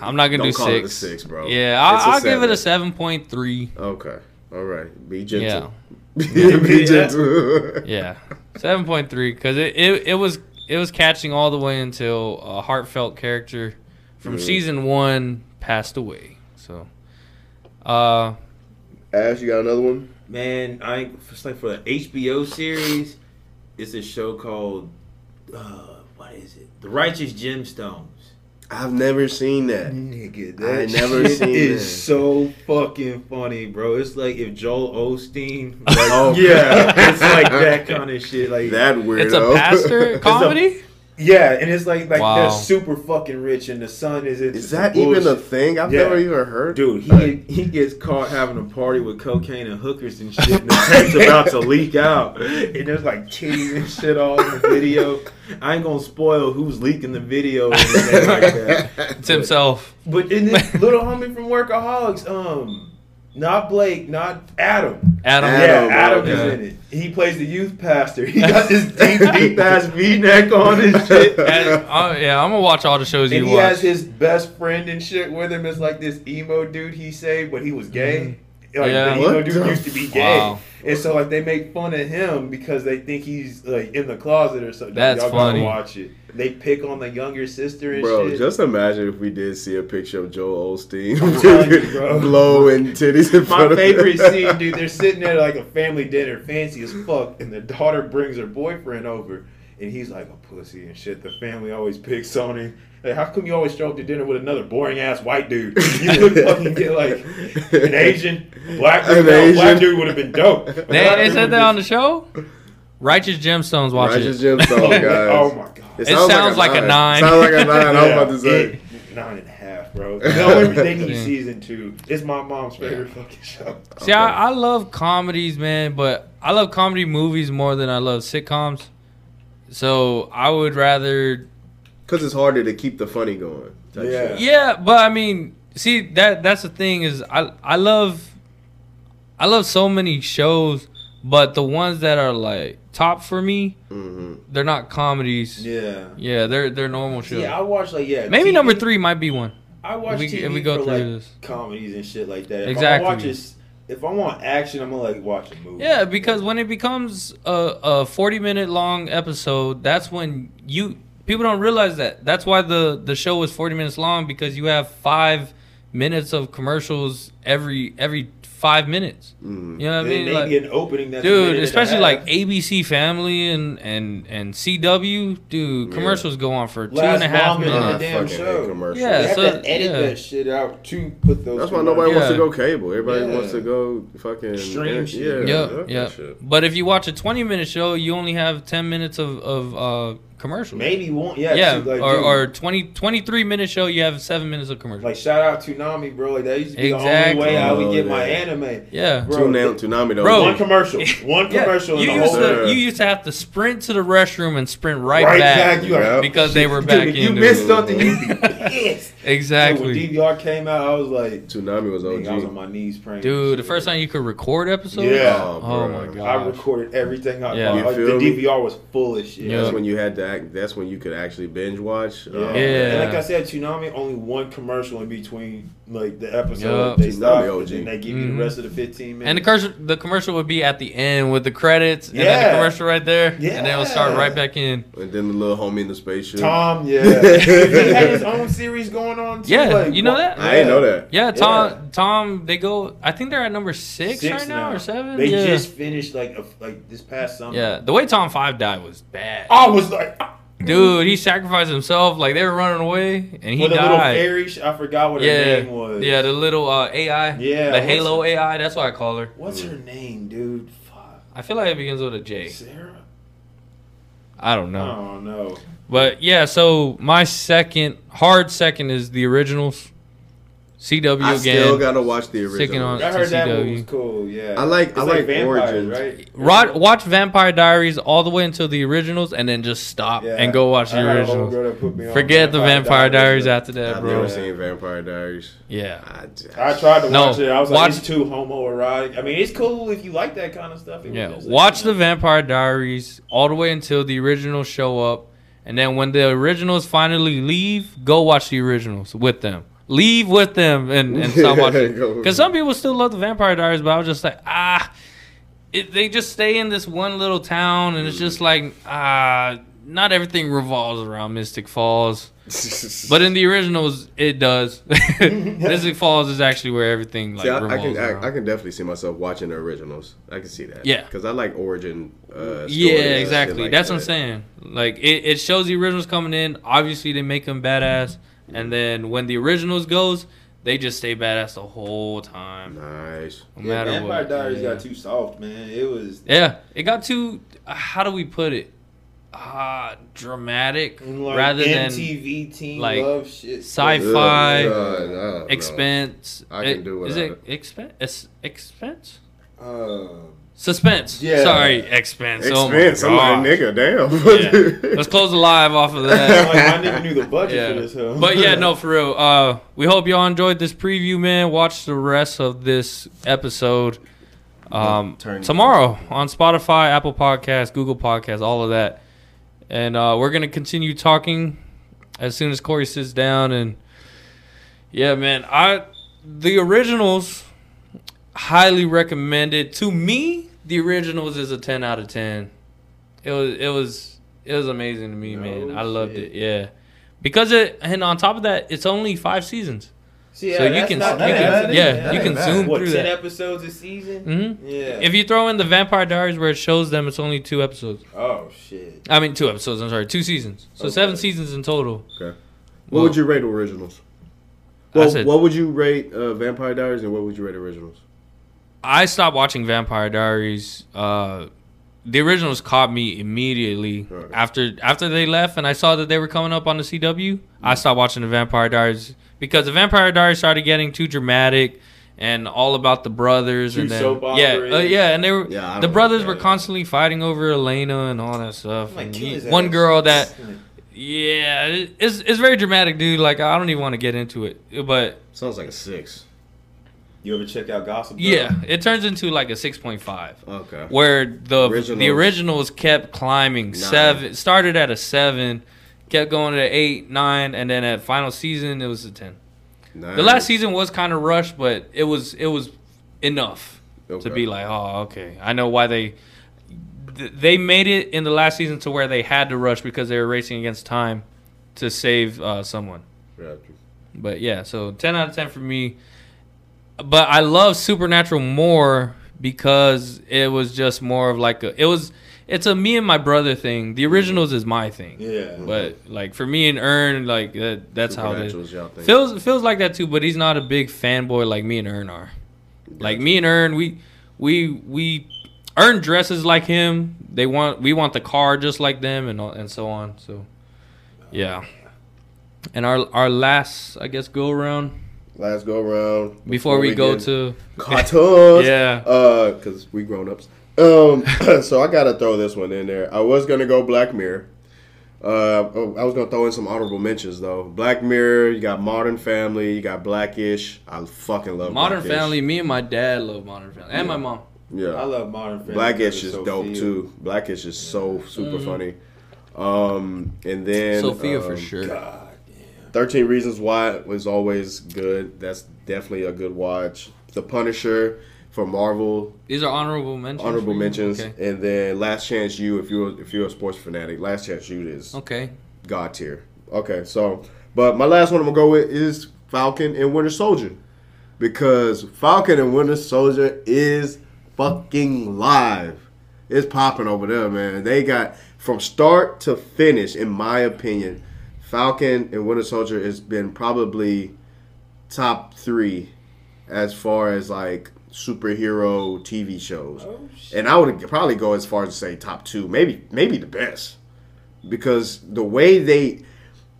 Speaker 2: I'm not going to
Speaker 1: Don't
Speaker 2: do
Speaker 1: call it a
Speaker 2: six.
Speaker 1: six, bro.
Speaker 2: Yeah,
Speaker 1: It's a
Speaker 2: I, I'll give it a 7.3.
Speaker 1: Okay. All right. Be
Speaker 2: Yeah.
Speaker 1: gentle. Be
Speaker 3: Yeah.
Speaker 1: gentle.
Speaker 2: Yeah. 7.3 because it, it, it was it was catching all the way until a heartfelt character from
Speaker 1: Mm-hmm.
Speaker 2: season one passed away. So, uh,
Speaker 1: Ash, you got another one?
Speaker 3: Man, I ain't- it's like for the HBO series. It's a show called uh, what is it? The Righteous Gemstones.
Speaker 1: I've never seen that.
Speaker 3: Nigga,
Speaker 1: I never
Speaker 3: shit
Speaker 1: seen
Speaker 3: is
Speaker 1: that.
Speaker 3: so fucking funny, bro. It's like if Joel Osteen, like,
Speaker 1: Oh.
Speaker 3: yeah, it's like that kind of shit. Like
Speaker 1: That weirdo.
Speaker 2: it's a pastor comedy.
Speaker 3: Yeah, and it's like like
Speaker 2: Wow.
Speaker 3: they're super fucking rich, and the son is in
Speaker 1: Is
Speaker 3: some
Speaker 1: that even a
Speaker 3: bullshit.
Speaker 1: thing? I've
Speaker 3: Yeah.
Speaker 1: never even heard.
Speaker 3: dude? He he gets caught having a party with cocaine and hookers and shit. And the tape's about to leak out, and there's like titties and shit all in the video. I ain't gonna spoil who's leaking the video or anything like that.
Speaker 2: It's himself.
Speaker 3: But in this little homie from Workaholics, um, not Blake, not Adam.
Speaker 2: Adam.
Speaker 1: Adam,
Speaker 3: yeah, Adam
Speaker 1: bro,
Speaker 3: is
Speaker 2: yeah.
Speaker 3: in it. He plays the youth pastor. He got this deep, deep ass V neck on and shit.
Speaker 2: Adam- uh, yeah, I'm gonna watch all the shows
Speaker 3: And
Speaker 2: you
Speaker 3: he
Speaker 2: watch.
Speaker 3: has his best friend and shit with him. It's like this emo dude he saved when he was gay. Like
Speaker 2: Yeah.
Speaker 3: the emo
Speaker 1: Mm-hmm. What
Speaker 3: dude
Speaker 1: the
Speaker 3: used to be gay.
Speaker 2: Wow.
Speaker 3: And so like they make fun of him because they think he's like in the closet or something.
Speaker 2: That's
Speaker 3: Y'all
Speaker 2: funny.
Speaker 3: gotta watch it. They pick on the younger sister and
Speaker 1: Bro,
Speaker 3: shit.
Speaker 1: just imagine if we did see a picture of Joel Osteen
Speaker 3: telling you, bro.
Speaker 1: blowing titties in front
Speaker 3: my
Speaker 1: of
Speaker 3: favorite scene, dude. They're sitting there like a family dinner, fancy as fuck, and the daughter brings her boyfriend over, and he's like a pussy and shit. The family always picks on him. Like, how come you always show up to dinner with another boring ass white dude? You could fucking get like an Asian, a black dude.
Speaker 1: An
Speaker 3: No, a black
Speaker 1: Asian.
Speaker 3: dude would have been dope. A
Speaker 2: They,
Speaker 3: black
Speaker 2: they
Speaker 3: dude
Speaker 2: said
Speaker 3: would've
Speaker 2: that on the show. Righteous Gemstones. Watch
Speaker 1: Righteous
Speaker 2: it.
Speaker 1: Gemstone,
Speaker 3: been-
Speaker 1: guys.
Speaker 3: Oh my god.
Speaker 2: It sounds like a nine.
Speaker 1: Sounds like a nine. I was about to
Speaker 3: Yeah,
Speaker 1: say.
Speaker 3: it- nine and a half, bro. No, they need season two. It's my mom's favorite fucking show.
Speaker 2: See, I, I love comedies, man, but I love comedy movies more than I love sitcoms. So I would rather
Speaker 1: Because it's harder to keep the funny going. type
Speaker 3: Yeah.
Speaker 1: shit.
Speaker 2: Yeah, but I mean, see that that's the thing is I I love I love so many shows, but the ones that are like top for me,
Speaker 1: Mhm.
Speaker 2: they're not comedies. Yeah,
Speaker 3: Yeah.
Speaker 2: they're they're normal shows.
Speaker 3: Yeah, I watch like yeah.
Speaker 2: Maybe
Speaker 3: TV
Speaker 2: number three might be one.
Speaker 3: I watch
Speaker 2: If we-
Speaker 3: TV
Speaker 2: if we go
Speaker 3: for
Speaker 2: through
Speaker 3: like
Speaker 2: this.
Speaker 3: comedies and shit like that. If
Speaker 2: Exactly.
Speaker 3: I watch this, if I want action, I'm gonna like watch a movie.
Speaker 2: Yeah, because when it becomes a, a forty minute long episode, that's when you people don't realize that. That's why the the show is forty minutes long because you have five minutes of commercials every every five minutes.
Speaker 1: Mhm.
Speaker 2: You know what I
Speaker 3: And
Speaker 2: mean?
Speaker 3: maybe
Speaker 2: Like-
Speaker 3: an opening that's a minute
Speaker 2: dude
Speaker 3: and a
Speaker 2: especially
Speaker 3: half.
Speaker 2: like abc family and and and cw dude
Speaker 1: Yeah.
Speaker 2: commercials go on for two
Speaker 3: Last
Speaker 2: and a half
Speaker 3: longer than
Speaker 1: Nah,
Speaker 3: the
Speaker 2: minutes
Speaker 3: damn
Speaker 1: Ah, fucking hate
Speaker 3: show.
Speaker 1: commercials.
Speaker 2: Yeah,
Speaker 3: you have
Speaker 2: so-
Speaker 3: to edit
Speaker 2: yeah.
Speaker 3: that shit out to put those.
Speaker 1: That's why nobody wants to
Speaker 2: Yeah.
Speaker 1: go cable. Everybody
Speaker 3: Yeah.
Speaker 1: wants to go fucking
Speaker 3: Stream
Speaker 1: internet-
Speaker 3: shit.
Speaker 1: Yeah,
Speaker 2: yep
Speaker 1: fuck that
Speaker 2: yep
Speaker 1: shit.
Speaker 2: but if you watch a 20 minute show you only have 10 minutes of of uh commercials
Speaker 3: Maybe won't. Yeah,
Speaker 2: yeah
Speaker 3: shoot, like,
Speaker 2: or,
Speaker 3: dude,
Speaker 2: or 20 23 minute show you have seven minutes of commercials
Speaker 3: like shout out to Nami, bro. Like that used to be
Speaker 2: Exactly.
Speaker 3: the way I would
Speaker 1: Oh,
Speaker 3: get my
Speaker 1: yeah.
Speaker 3: anime.
Speaker 2: Yeah.
Speaker 3: Bro,
Speaker 1: Tsunami, Tsunami though.
Speaker 2: Bro.
Speaker 3: One commercial. One
Speaker 2: Yeah,
Speaker 3: commercial.
Speaker 2: you
Speaker 3: in the
Speaker 2: used
Speaker 3: whole
Speaker 2: to
Speaker 1: whole-
Speaker 2: you used to have to sprint to the restroom and sprint right,
Speaker 3: Right
Speaker 2: back,
Speaker 3: back, you are-
Speaker 2: because they were
Speaker 3: Dude,
Speaker 2: back
Speaker 3: if
Speaker 2: in.
Speaker 3: you
Speaker 2: there.
Speaker 3: missed something, you'd be pissed. Dude,
Speaker 2: exactly.
Speaker 3: when
Speaker 2: Dude,
Speaker 3: DVR came out, I was like,
Speaker 1: Tsunami was
Speaker 3: dang, I was on
Speaker 1: OG.
Speaker 3: my knees praying.
Speaker 2: the first time you could record episodes.
Speaker 3: Yeah.
Speaker 2: Oh
Speaker 1: bro.
Speaker 2: my god.
Speaker 3: I recorded everything I
Speaker 2: Yeah.
Speaker 3: bought.
Speaker 2: You
Speaker 3: Like,
Speaker 1: feel
Speaker 3: the
Speaker 1: me?
Speaker 3: DVR was full of shit.
Speaker 2: Yeah.
Speaker 1: That's when you had to act. That's when you could actually binge watch.
Speaker 3: Yeah.
Speaker 1: Uh,
Speaker 2: Yeah.
Speaker 3: And like I said, Tsunami only one commercial in between like the
Speaker 2: Yup.
Speaker 3: episode. They
Speaker 1: Tsunami
Speaker 3: stop
Speaker 1: OG.
Speaker 3: and then they give you
Speaker 2: Mhm.
Speaker 3: the rest of the fifteen minutes.
Speaker 2: And the commercial, the commercial would be at the end with the credits, and then the
Speaker 3: Yeah.
Speaker 2: commercial right there, and then it would start
Speaker 3: Yeah.
Speaker 2: right back in.
Speaker 1: And then the little homie in the spaceship.
Speaker 3: Tom, yeah, he had his own series going on. Too.
Speaker 2: Yeah,
Speaker 3: like,
Speaker 2: you know
Speaker 3: wha-
Speaker 2: that?
Speaker 1: I didn't know that.
Speaker 2: Yeah, Tom,
Speaker 3: Yeah.
Speaker 2: Tom, they go. I think they're at number six, right now, or seven.
Speaker 3: They
Speaker 2: yeah.
Speaker 3: just finished like a, like this past summer.
Speaker 2: yeah, the way Tom Five died was bad,
Speaker 3: I was like ah,
Speaker 2: dude. He sacrificed himself. Like they were running away, and he
Speaker 3: for the little
Speaker 2: died.
Speaker 3: fairy. sh- I forgot what
Speaker 2: yeah,
Speaker 3: her name was.
Speaker 2: yeah, the little uh, AI.
Speaker 3: Yeah,
Speaker 2: the
Speaker 3: what's-
Speaker 2: Halo AI. That's what I call her.
Speaker 3: What's her name, dude? Fuck.
Speaker 2: I feel like it begins with a J.
Speaker 3: Sarah?
Speaker 2: I don't know,
Speaker 3: Oh no.
Speaker 2: but yeah. So my second, hard second, is the originals. CW
Speaker 1: I
Speaker 2: again.
Speaker 1: still gotta watch the
Speaker 2: Sticking
Speaker 1: original.
Speaker 2: on-
Speaker 3: I heard that one
Speaker 2: CCW.
Speaker 3: was cool. Yeah.
Speaker 1: I like-
Speaker 3: It's
Speaker 1: I like Origins.
Speaker 3: right?
Speaker 2: Rod, watch Vampire Diaries all the way until the originals, and then just stop
Speaker 3: Yeah.
Speaker 2: and go watch the
Speaker 3: I had a whole
Speaker 2: originals.
Speaker 3: girl that put me on
Speaker 2: Forget the Vampire Diaries
Speaker 3: but
Speaker 2: after that,
Speaker 1: I've
Speaker 2: bro.
Speaker 1: never seen Vampire Diaries.
Speaker 2: Yeah.
Speaker 1: I,
Speaker 3: I tried to
Speaker 2: No,
Speaker 3: watch it. I was
Speaker 2: watch-
Speaker 3: like, it's too homoerotic. I mean, it's cool if you like that kind of stuff. It was
Speaker 2: Yeah.
Speaker 3: just like,
Speaker 2: Watch the
Speaker 3: you know.
Speaker 2: Vampire Diaries all the way until the originals show up. And then when the originals finally leave, go watch the originals with them. Leave with them and, and stop watching.
Speaker 1: Go with
Speaker 2: Because
Speaker 1: them.
Speaker 2: some people still love the Vampire Diaries, but I was just like, ah, it, they just stay in this one little town, and it's just
Speaker 1: Mm.
Speaker 2: like, ah, not everything revolves around Mystic Falls. But in the originals, it does. Mystic Falls is actually where everything like
Speaker 1: See, I, I
Speaker 2: revolves
Speaker 1: can
Speaker 2: around.
Speaker 1: I, I can definitely see myself watching the originals. I can see that.
Speaker 2: Yeah.
Speaker 1: because I like origin. Uh, stories
Speaker 2: yeah,
Speaker 1: and shit
Speaker 2: exactly.
Speaker 1: like
Speaker 2: That's
Speaker 1: that.
Speaker 2: what I'm saying. Like it, it shows the originals coming in. Obviously, they make them badass, and then when the originals goes, they just stay badass the whole time, no
Speaker 1: Nice.
Speaker 3: yeah,
Speaker 2: matter
Speaker 3: Vampire
Speaker 2: what.
Speaker 3: Diaries
Speaker 2: yeah.
Speaker 3: got too soft, man. It was
Speaker 2: Yeah, it got too. How do we put it? Ah, dramatic
Speaker 3: like
Speaker 2: rather than
Speaker 3: MTV teen
Speaker 2: like,
Speaker 3: love shit.
Speaker 2: sci-fi,
Speaker 1: Ugh, uh, no,
Speaker 2: expense.
Speaker 1: I can do
Speaker 2: Is
Speaker 1: without
Speaker 2: it expense? Expense?
Speaker 3: Uh,
Speaker 2: Suspense.
Speaker 3: Yeah.
Speaker 2: Sorry, expense.
Speaker 1: No.
Speaker 2: Oh my
Speaker 1: Expense. I'm
Speaker 2: God.
Speaker 1: like, nigga, damn.
Speaker 2: Yeah. Let's close the live off of that.
Speaker 3: like, I never knew the budget for this.
Speaker 2: Yeah.
Speaker 3: Huh?
Speaker 2: But yeah, no, for real. Uh, we hope y'all enjoyed this preview, man. Watch the rest of this episode um,
Speaker 1: Turn it
Speaker 2: tomorrow on Spotify, Apple Podcasts, Google Podcasts, all of that. And uh, we're gonna continue talking as soon as Corey sits down. And yeah, man, I the originals highly recommended to me. The originals is a ten out of ten. It was it was it was amazing to me,
Speaker 3: No
Speaker 2: man. I loved it.
Speaker 3: shit.
Speaker 2: Yeah. Because it and on top of that, it's only five seasons.
Speaker 3: See,
Speaker 2: so you
Speaker 3: that's
Speaker 2: can-
Speaker 3: not
Speaker 2: you can-
Speaker 3: bad. That ain't
Speaker 2: yeah,
Speaker 3: bad.
Speaker 1: you can
Speaker 3: That ain't
Speaker 2: zoom
Speaker 3: bad. what,
Speaker 2: through
Speaker 3: ten
Speaker 2: that.
Speaker 3: episodes a season.
Speaker 2: Mhm.
Speaker 3: Yeah.
Speaker 2: If you throw in the Vampire Diaries where it shows them, it's only two episodes.
Speaker 3: oh shit.
Speaker 2: I mean, two episodes. I'm sorry, two seasons. So
Speaker 3: Okay.
Speaker 2: seven seasons in total.
Speaker 1: what would you rate originals?
Speaker 2: I
Speaker 1: Well,
Speaker 2: said-
Speaker 1: what would you rate uh, Vampire Diaries and what would you rate originals?
Speaker 2: I stopped watching Vampire Diaries. Uh, the originals caught me immediately
Speaker 1: Right.
Speaker 2: after after they left, and I saw that they were coming up on the CW. I stopped watching the Vampire Diaries because the Vampire Diaries started getting too dramatic and all about the brothers
Speaker 3: Too
Speaker 2: and then
Speaker 3: soap
Speaker 2: yeah,
Speaker 3: opera-y.
Speaker 2: uh, yeah, and they were
Speaker 1: Yeah, I don't
Speaker 2: the
Speaker 1: like
Speaker 2: brothers
Speaker 1: that.
Speaker 2: were constantly fighting over Elena and all that stuff.
Speaker 3: I'm like,
Speaker 2: And
Speaker 3: kill
Speaker 2: ye-
Speaker 3: his
Speaker 2: Mm, one
Speaker 3: ass.
Speaker 2: girl that yeah, it- it's it's very dramatic, dude. Like I don't even want to get into it, but
Speaker 1: Sounds like a six.
Speaker 3: You ever check out Gossip? Girl?
Speaker 2: yeah, it turns into like a six point five
Speaker 1: Okay.
Speaker 2: where the the
Speaker 1: Originals.
Speaker 2: originals kept climbing seven started at a seven kept going to eight nine and then at final season it was a ten
Speaker 1: Nice.
Speaker 2: the last season was kind of rushed but it was it was enough
Speaker 1: Okay.
Speaker 2: to be like oh okay i know why they th- they made it in the last season to where they had to rush because they were racing against time to save uh, someone
Speaker 1: Yeah.
Speaker 2: but yeah, so ten out of ten for me. But I love Supernatural more because it was just more of like a it was it's a me and my brother thing. The originals is my thing.
Speaker 3: Yeah.
Speaker 2: But like for me and Earn, like that, that's how it is.
Speaker 1: Supernatural's y'all think.
Speaker 2: Feels feels like that too, but he's not a big fanboy like me and Earn are. Like me and Earn, we we we Earn dresses like him. They want we want the car just like them and all- and so on. So yeah. And our our last I guess go around
Speaker 1: last go around.
Speaker 2: Before we go
Speaker 1: get
Speaker 2: to
Speaker 1: cartoons.
Speaker 2: Yeah.
Speaker 1: Uh, cause we grown ups. Um, so I gotta throw this one in there. I was gonna go Black Mirror. Uh, oh, I was gonna throw in some honorable mentions though. Black Mirror, you got Modern Family, you got Blackish. I fucking love
Speaker 2: Modern
Speaker 1: Black-ish.
Speaker 2: Family, me and my dad love Modern Family. And my mom.
Speaker 3: I
Speaker 1: Yeah,
Speaker 3: love Modern Family.
Speaker 1: Blackish is
Speaker 3: because it's so
Speaker 1: dope
Speaker 3: feel. Mm-hmm.
Speaker 1: too. Blackish is so super funny. Um, and then
Speaker 2: Sophia for
Speaker 1: um,
Speaker 2: sure.
Speaker 3: God.
Speaker 1: 13 Reasons Why was always good. That's definitely a good watch. The Punisher for Marvel,
Speaker 2: These are honorable mentions.
Speaker 1: honorable
Speaker 2: for you?
Speaker 1: mentions.
Speaker 2: Okay.
Speaker 1: And then Last Chance You, if you're if you're a sports fanatic, Last Chance You is
Speaker 2: Okay.
Speaker 1: god tier. Okay, so but my last one I'm gonna go with is Falcon and Winter Soldier. Because Falcon and Winter Soldier is fucking live. It's popping over there, man. They got from start to finish, in my opinion, Falcon and Winter Soldier has been probably top three as far as like superhero TV shows.
Speaker 3: Oh, shit.
Speaker 1: And I would probably go as far as to say top two, maybe maybe the best, because the way they,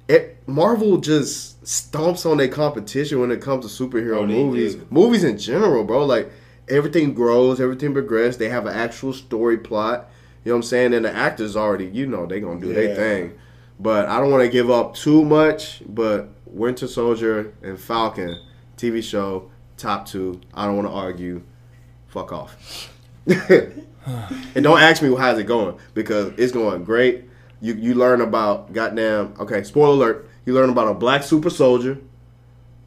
Speaker 1: it, Marvel just stomps on their competition when it comes to superhero
Speaker 3: Oh, they
Speaker 1: movies,
Speaker 3: do.
Speaker 1: movies in general, bro. Like everything grows, everything progresses. They have an actual story plot. You know what I'm saying? And the actors already, you know, they gonna do
Speaker 3: Yeah.
Speaker 1: their thing. But I don't want to give up too much. But Winter Soldier and Falcon TV show top two. I don't want to argue. Fuck off. and don't ask me how's it going because it's going great. You you learn about goddamn okay. Spoiler alert. You learn about a black super soldier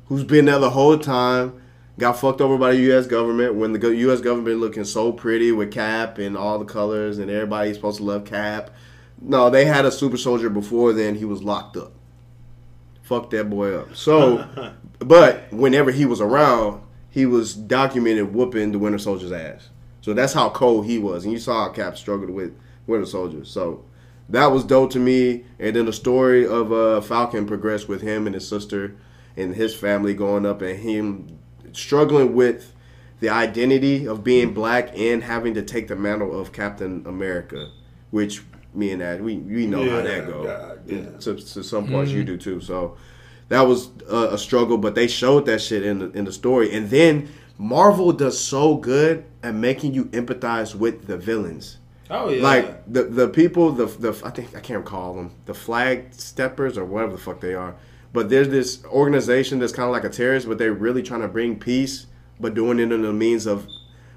Speaker 1: who's been there the whole time. Got fucked over by the U.S. government when the go- U.S. government looking so pretty with Cap and all the colors and everybody's supposed to love Cap. No, they had a super soldier before then. He was locked up. Fuck that boy up. So, but whenever he was around, he was documented whooping the Winter Soldier's ass. So that's how cold he was. And you saw how Cap struggled with Winter Soldier. So that was dope to me. And then the story of uh, Falcon progressed with him and his sister and his family going up and him struggling with the identity of being black and having to take the mantle of Captain America, which me and that we we know how
Speaker 3: Yeah,
Speaker 1: that goes.
Speaker 3: God, yeah.
Speaker 1: To, to some parts you do too. So that was a, a struggle, but they showed that shit in the in the story. And then Marvel does so good at making you empathize with the villains.
Speaker 3: Oh yeah.
Speaker 1: Like the the people, the the I think I can't call them the flag steppers or whatever the fuck they are. But there's this organization that's kind of like a terrorist, but they're really trying to bring peace, but doing it in the means of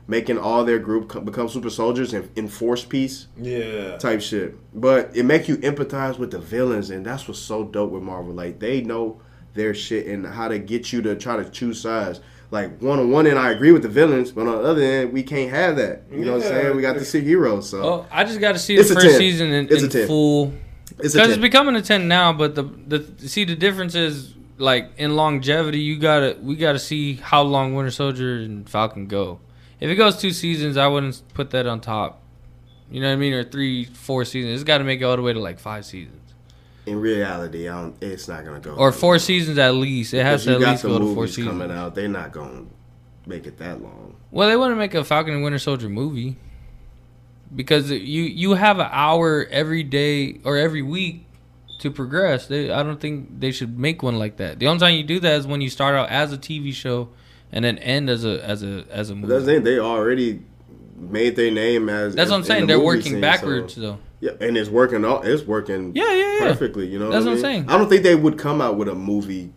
Speaker 1: making all their group co- become super soldiers and enforce peace
Speaker 3: yeah.
Speaker 1: type shit. But it make you empathize with the villains, and that's what's so dope with Marvel. Like they know their shit and how to get you to try to choose sides. Like one on one end, I agree with the villains, but on the other end, we can't have that. You know what I'm
Speaker 3: Yeah.
Speaker 1: saying? We got to see heroes. So
Speaker 2: Oh, I just got to see
Speaker 1: It's
Speaker 2: the
Speaker 1: a
Speaker 2: first
Speaker 1: 10.
Speaker 2: season in,
Speaker 1: It's a
Speaker 2: in
Speaker 1: 10.
Speaker 2: full.
Speaker 1: it's a
Speaker 2: Because it's
Speaker 1: 10.
Speaker 2: becoming a ten now, but the the see the difference is like in longevity, you gotta we gotta see how long Winter Soldier and Falcon go. If it goes two seasons, I wouldn't put that on top. You know what I mean? Or three, four seasons. It's got to make it all the way to like five seasons
Speaker 1: in reality, I don't, it's not gonna go.
Speaker 2: or four seasons at least. It
Speaker 1: Because
Speaker 2: has to at
Speaker 1: you got
Speaker 2: least
Speaker 1: some
Speaker 2: go to
Speaker 1: movies
Speaker 2: four seasons.
Speaker 1: coming out. They're not gonna make it that long.
Speaker 2: Well, they wouldn't make a Falcon and Winter Soldier movie because you you have an hour every day or every week to progress. They, I don't think they should make one like that. The only time you do that is when you start out as a TV show and then end as a as a as a
Speaker 1: But
Speaker 2: movie.
Speaker 1: that's
Speaker 2: That's,
Speaker 1: the thing. They already made their name as. in-
Speaker 2: what I'm
Speaker 1: in
Speaker 2: saying.
Speaker 1: the
Speaker 2: They're
Speaker 1: movie
Speaker 2: working
Speaker 1: scene, so-
Speaker 2: backwards though.
Speaker 1: Yeah, and it's working. All it's working.
Speaker 2: Yeah, yeah, yeah.
Speaker 1: perfectly. You know,
Speaker 2: That's
Speaker 1: what,
Speaker 2: what
Speaker 1: I
Speaker 2: I'm
Speaker 1: mean?
Speaker 2: saying.
Speaker 1: I don't think they would come out with a movie,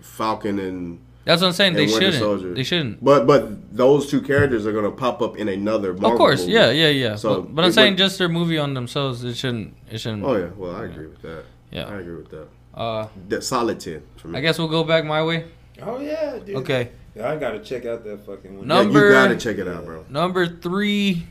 Speaker 1: Falcon and
Speaker 2: That's what I'm saying.
Speaker 1: and
Speaker 2: They
Speaker 1: Winter
Speaker 2: shouldn't.
Speaker 1: Soldier.
Speaker 2: They shouldn't.
Speaker 1: but but those two characters are gonna pop up in another. Marvel
Speaker 2: Of course,
Speaker 1: movie.
Speaker 2: yeah, yeah, yeah.
Speaker 1: So,
Speaker 2: but, but I'm
Speaker 1: it
Speaker 2: saying
Speaker 1: would-
Speaker 2: just their movie on themselves. It shouldn't. It shouldn't.
Speaker 1: Oh yeah, well I agree with that.
Speaker 2: Yeah.
Speaker 1: I agree with that.
Speaker 2: Uh,
Speaker 1: That solid ten for me.
Speaker 2: I guess we'll go back my way.
Speaker 3: Oh yeah, dude.
Speaker 2: Okay.
Speaker 3: Yeah, I gotta check out that fucking one.
Speaker 1: yeah,
Speaker 2: No. number-
Speaker 1: you gotta check it out, bro.
Speaker 2: Number three,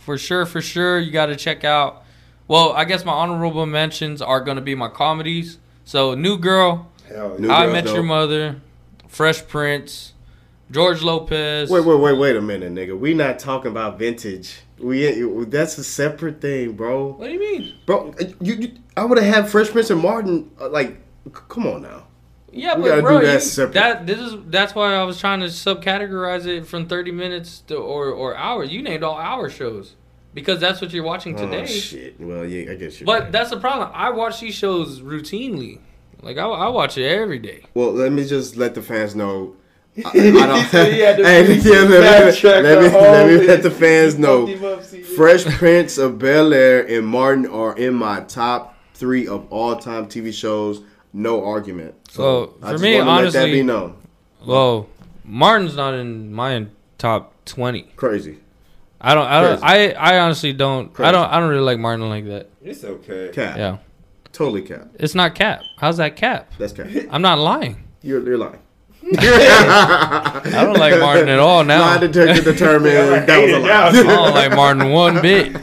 Speaker 2: for sure, for sure, you got to check out. Well, I guess my honorable mentions are going to be my comedies. So, New Girl,
Speaker 3: Hell
Speaker 1: New
Speaker 3: yeah.
Speaker 2: How I
Speaker 1: Girl's
Speaker 2: Met Your
Speaker 1: dope.
Speaker 2: Mother, Fresh Prince, George Lopez.
Speaker 1: Wait, wait, wait, wait a minute, nigga. We not talking about vintage. We that's a separate thing, bro.
Speaker 2: What do you mean?
Speaker 1: Bro, you, you I would have had Fresh Prince and Martin. uh, Like, c- come on now.
Speaker 2: Yeah,
Speaker 1: We
Speaker 2: but
Speaker 1: gotta
Speaker 2: bro,
Speaker 1: do that
Speaker 2: you-
Speaker 1: separate.
Speaker 2: that this is that's why I was trying to subcategorize it from thirty minutes to or or hours. You named all hour shows because that's what you're watching
Speaker 1: Oh
Speaker 2: today.
Speaker 1: shit. Well, yeah, I guess you.
Speaker 2: But that's the problem. I watch these shows routinely. Like I, I watch it every day.
Speaker 1: Well, let me just let the fans know. I, I don't.
Speaker 3: said he had to
Speaker 1: Hey,
Speaker 3: finish
Speaker 1: yeah, let,
Speaker 3: his
Speaker 1: me,
Speaker 3: backtrack
Speaker 1: let, me,
Speaker 3: the whole
Speaker 1: let me
Speaker 3: thing.
Speaker 1: let the fans
Speaker 3: He
Speaker 1: know.
Speaker 3: fucked him up, see?
Speaker 1: Fresh Prince of Bel Air and Martin are in my top three of all time TV shows. No argument.
Speaker 2: So,
Speaker 1: I
Speaker 2: for
Speaker 1: just
Speaker 2: me,
Speaker 1: wanna let that
Speaker 2: honestly-
Speaker 1: be known.
Speaker 2: Well, Martin's not in my top twenty.
Speaker 1: Crazy.
Speaker 2: I don't. I don't. I, I honestly don't. I don't. I don't really like Martin like that.
Speaker 3: It's okay.
Speaker 1: Cap.
Speaker 2: Yeah,
Speaker 1: Totally cap.
Speaker 2: it's not cap. How's that cap?
Speaker 1: That's cap.
Speaker 2: I'm not lying.
Speaker 1: You're, you're lying. I
Speaker 2: don't like Martin at all now.
Speaker 1: Lie detector determined
Speaker 3: I
Speaker 1: that was
Speaker 3: hate
Speaker 1: a
Speaker 3: it now.
Speaker 1: lie.
Speaker 2: I don't like Martin one bit.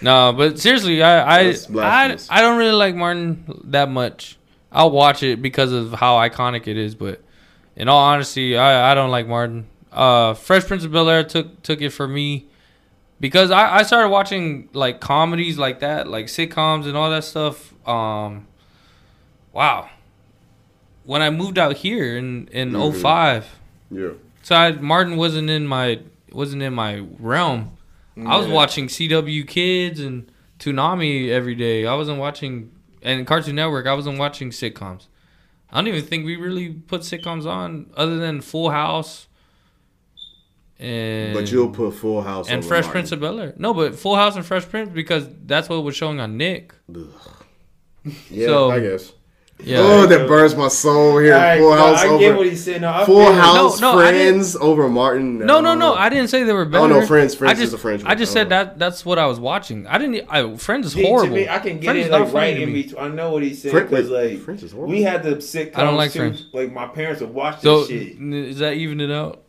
Speaker 2: No, but seriously, I I,
Speaker 1: That's
Speaker 2: I
Speaker 1: blasphemous.
Speaker 2: I don't really like Martin that much. I'll watch it because of how iconic it is, but in all honesty, I, I don't like Martin. Uh, Fresh Prince of Bel Air took took it for me because I, I started watching like comedies like that, like sitcoms and all that stuff. Um, wow, when I moved out here in in
Speaker 1: Mhm.
Speaker 2: 05,
Speaker 1: Yeah.
Speaker 2: so I, Martin wasn't in my wasn't in my realm. I was
Speaker 3: Yeah.
Speaker 2: watching CW Kids and Toonami every day. I wasn't watching and Cartoon Network. I wasn't watching sitcoms. I don't even think we really put sitcoms on other than Full House and
Speaker 1: But you'll put Full House
Speaker 2: and
Speaker 1: over
Speaker 2: Fresh Prince
Speaker 1: Martin.
Speaker 2: of Bel Air. No, but Full House and Fresh Prince because that's what was showing on Nick.
Speaker 1: Yeah,
Speaker 2: So-
Speaker 1: I guess.
Speaker 2: Yeah.
Speaker 1: Oh, that burns my soul here.
Speaker 3: All right,
Speaker 1: Full
Speaker 3: no,
Speaker 1: House
Speaker 3: I get what
Speaker 1: over
Speaker 3: he's saying. No, I
Speaker 1: Full
Speaker 3: feel-
Speaker 1: House
Speaker 2: No, no, I didn't-
Speaker 1: Friends over Martin. Um,
Speaker 2: No, no, no. I didn't say they were better.
Speaker 1: Oh, no, Friends- Friends
Speaker 2: I
Speaker 1: is
Speaker 2: just,
Speaker 1: a French
Speaker 2: I
Speaker 1: one. Oh,
Speaker 2: just
Speaker 1: I
Speaker 2: said
Speaker 1: don't know.
Speaker 2: that. That's what I was watching. I didn't. I, Friends is
Speaker 3: See, to
Speaker 2: horrible.
Speaker 3: me, I can get
Speaker 2: Friends
Speaker 3: it
Speaker 2: is
Speaker 3: like
Speaker 2: not funny
Speaker 3: right
Speaker 2: to
Speaker 3: in
Speaker 2: me.
Speaker 3: between. I know what he's saying
Speaker 1: Friends-
Speaker 3: because
Speaker 1: wait,
Speaker 3: like
Speaker 1: Friends is horrible.
Speaker 3: we had the sitcoms.
Speaker 2: I don't like
Speaker 3: too.
Speaker 2: Friends.
Speaker 3: Like my parents would watch
Speaker 2: So
Speaker 3: this shit.
Speaker 2: n- is that even it out?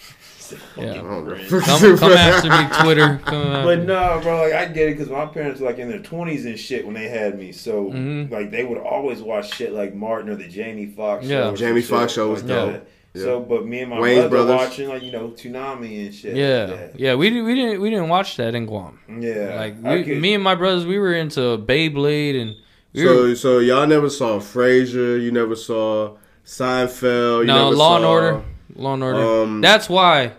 Speaker 3: Fucking
Speaker 1: don't know.
Speaker 3: Friends.
Speaker 2: Come, come after me, Twitter. Come after
Speaker 3: But
Speaker 2: me.
Speaker 3: no, bro, like I get it because my parents were like in their twenties and shit when they had me. So
Speaker 2: Mhm.
Speaker 3: like they would always watch shit like Martin or the Jamie Foxx.
Speaker 2: Yeah.
Speaker 3: show or
Speaker 1: Jamie
Speaker 3: some
Speaker 1: Foxx
Speaker 3: shit
Speaker 1: show was
Speaker 3: like
Speaker 2: dope.
Speaker 3: that.
Speaker 1: Yeah.
Speaker 3: So, but me and my
Speaker 1: Wayans
Speaker 3: mother
Speaker 1: Brothers.
Speaker 3: watching like you know Toonami and shit.
Speaker 2: yeah,
Speaker 3: like
Speaker 2: yeah. We didn't. We didn't. We didn't watch that in Guam.
Speaker 3: that. yeah.
Speaker 2: Like
Speaker 3: I
Speaker 2: we,
Speaker 3: could-
Speaker 2: me and my brothers, we were into Beyblade and. We were,
Speaker 1: So, so y'all never saw Frasier. You never saw Seinfeld. You
Speaker 2: no,
Speaker 1: never
Speaker 2: Law and
Speaker 1: saw-
Speaker 2: Order. Law and Order.
Speaker 1: um,
Speaker 2: That's why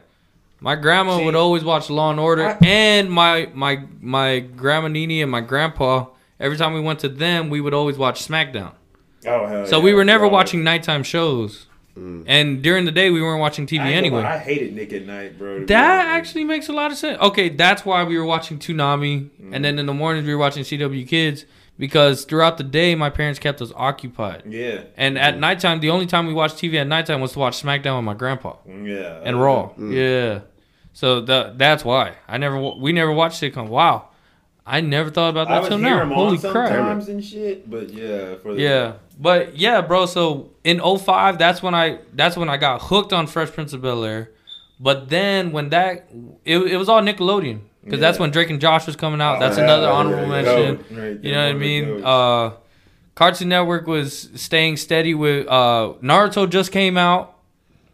Speaker 2: my grandma
Speaker 3: See,
Speaker 2: would always watch Law and Order,
Speaker 3: I-
Speaker 2: and my my my grandma Nini and my grandpa. Every time we went to them, we would always watch SmackDown.
Speaker 3: oh, hell
Speaker 2: So
Speaker 3: yeah, Mm.
Speaker 2: we were never
Speaker 3: bro.
Speaker 2: watching nighttime shows, and during the day we weren't watching TV
Speaker 3: I ain't gonna
Speaker 2: anyway.
Speaker 3: lie, I hated Nick at Night, bro. to be
Speaker 2: That
Speaker 3: honest.
Speaker 2: actually makes a lot of sense. Okay, that's why we were watching Toonami, and
Speaker 3: Mm.
Speaker 2: then in the mornings we were watching CW Kids because throughout the day my parents kept us occupied.
Speaker 3: Yeah.
Speaker 2: And at
Speaker 3: Mm.
Speaker 2: nighttime, the only time we watched TV at nighttime was to watch SmackDown with my grandpa
Speaker 3: Yeah.
Speaker 2: and Raw.
Speaker 3: mm.
Speaker 2: Yeah, so the, that's why I never wa- we never watched sitcom. Wow, I never thought about
Speaker 3: I
Speaker 2: that
Speaker 3: would
Speaker 2: till
Speaker 3: hear
Speaker 2: now.
Speaker 3: him
Speaker 2: Holy
Speaker 3: on
Speaker 2: crap!
Speaker 3: sometimes and shit, but yeah. For the,
Speaker 2: Yeah, but yeah, bro. So in 05, that's when I that's when I got hooked on Fresh Prince of Bel Air. But then when that it, it was all Nickelodeon because that's
Speaker 3: Yeah.
Speaker 2: when Drake and Josh was coming out.
Speaker 3: Oh,
Speaker 2: That's
Speaker 3: yeah,
Speaker 2: another
Speaker 1: yeah,
Speaker 2: honorable
Speaker 1: yeah.
Speaker 2: mention.
Speaker 3: Goat, right
Speaker 2: You
Speaker 3: there,
Speaker 2: know what I
Speaker 3: one of
Speaker 2: mean?
Speaker 3: those.
Speaker 2: Uh, Cartoon Network was staying steady with uh, Naruto just came out.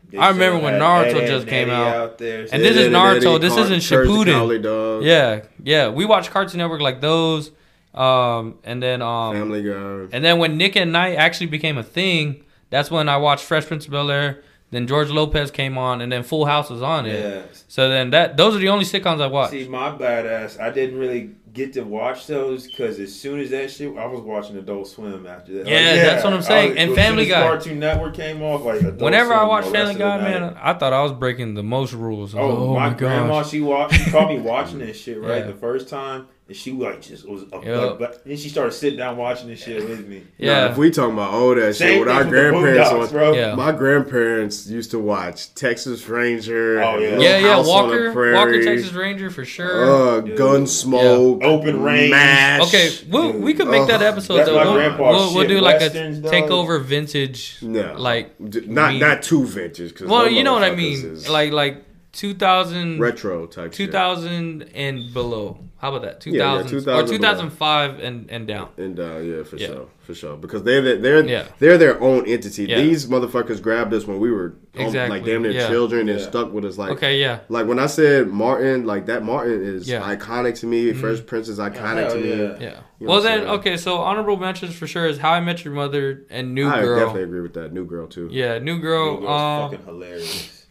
Speaker 3: They
Speaker 2: I remember
Speaker 3: still
Speaker 2: when
Speaker 3: had
Speaker 2: Naruto
Speaker 3: Ed, Ed,
Speaker 2: just
Speaker 3: and
Speaker 2: came
Speaker 3: Eddie
Speaker 2: out.
Speaker 3: there,
Speaker 2: And this is
Speaker 1: Ed, Ed,
Speaker 2: Naruto,
Speaker 1: Eddie,
Speaker 2: this
Speaker 1: Car-
Speaker 2: isn't
Speaker 1: Curse the
Speaker 2: Shippuden.
Speaker 1: Cowardly Dog,
Speaker 2: Yeah, yeah. We watched Cartoon Network like those, um, and then um,
Speaker 1: Family Guy.
Speaker 2: And then when Nick and Night actually became a thing, that's when I watched Fresh Prince of Bel Air. Then George Lopez came on, and then Full House was on it.
Speaker 3: yeah.
Speaker 2: So then that those are the only sitcoms I watched.
Speaker 3: See, my badass, I didn't really get to watch those because as soon as that shit, I was watching Adult Swim after that. Like,
Speaker 2: Yeah, that's what I'm
Speaker 3: I
Speaker 2: saying.
Speaker 3: was-
Speaker 2: And
Speaker 3: as soon
Speaker 2: Family
Speaker 3: as
Speaker 2: Guy.
Speaker 3: Cartoon Network came off. Like Adult
Speaker 2: Whenever
Speaker 3: Swim,
Speaker 2: I watched
Speaker 3: all that
Speaker 2: Family
Speaker 3: shit
Speaker 2: Guy,
Speaker 3: about it.
Speaker 2: man, I thought I was breaking the most rules. I was
Speaker 3: Oh,
Speaker 2: like, Oh,
Speaker 3: my,
Speaker 2: my,
Speaker 3: grandma,
Speaker 2: gosh!
Speaker 3: she watched. She caught me watching this shit right
Speaker 2: Yeah.
Speaker 3: the first time, and she like just was. Up,
Speaker 2: Yup.
Speaker 3: like, but then she started sitting down watching this shit with me.
Speaker 1: Yeah.
Speaker 2: Yeah,
Speaker 1: if we talking about all that shit,
Speaker 3: Same
Speaker 1: what
Speaker 3: thing
Speaker 1: our
Speaker 3: with the
Speaker 1: grandparents
Speaker 3: Boondocks,
Speaker 1: on,
Speaker 3: bro.
Speaker 2: Yeah.
Speaker 1: My grandparents used to watch Texas Ranger.
Speaker 3: Oh,
Speaker 1: and
Speaker 3: yeah.
Speaker 1: Little
Speaker 2: yeah, yeah.
Speaker 1: House on the
Speaker 2: Walker,
Speaker 1: Prairie.
Speaker 2: Walker, Texas Ranger for sure.
Speaker 1: Uh,
Speaker 3: Dude.
Speaker 1: Gunsmoke.
Speaker 3: Open Range.
Speaker 1: Mash.
Speaker 2: okay, we we could make that
Speaker 1: Ugh.
Speaker 2: episode
Speaker 3: Oh, That's
Speaker 2: though.
Speaker 3: my
Speaker 2: We'll-
Speaker 3: grandpa's
Speaker 2: we'll, we'll
Speaker 3: shit.
Speaker 2: do like
Speaker 3: Westerns,
Speaker 2: a
Speaker 3: dog. Mm,
Speaker 2: takeover vintage,
Speaker 1: No,
Speaker 2: like
Speaker 1: D- not
Speaker 2: meme.
Speaker 1: not too vintage. 'cause
Speaker 2: Well,
Speaker 1: them
Speaker 2: you know what I
Speaker 1: motherfuckers
Speaker 2: mean,
Speaker 1: is
Speaker 2: like like 2000
Speaker 1: retro type. shit.
Speaker 2: 2000 and below. How about that? 2000
Speaker 1: Yeah, yeah,
Speaker 2: or
Speaker 1: 2000
Speaker 2: 2005 and, and down.
Speaker 1: And uh, yeah, for
Speaker 2: Yeah.
Speaker 1: sure, for sure, because they're the, they're
Speaker 2: Yeah.
Speaker 1: they're their own entity.
Speaker 2: Yeah.
Speaker 1: These motherfuckers grabbed us when we were um,
Speaker 2: Exactly,
Speaker 1: like damn near
Speaker 2: yeah.
Speaker 1: children and
Speaker 3: Yeah.
Speaker 1: stuck with us. Like
Speaker 2: Okay, yeah.
Speaker 1: like when I said Martin, like that Martin is
Speaker 2: Yeah. Mm-hmm.
Speaker 1: iconic to me. Fresh Prince is iconic
Speaker 3: Hell
Speaker 1: to me.
Speaker 3: yeah.
Speaker 2: Yeah.
Speaker 1: You
Speaker 2: well
Speaker 1: know what I'm
Speaker 2: then,
Speaker 1: saying?
Speaker 2: okay, so honorable mentions for sure is How I Met Your Mother and New
Speaker 1: I
Speaker 2: Girl.
Speaker 1: definitely agree with that. New girl too.
Speaker 2: Yeah, New
Speaker 3: It
Speaker 2: Girl.
Speaker 3: was
Speaker 2: um,
Speaker 3: fucking hilarious.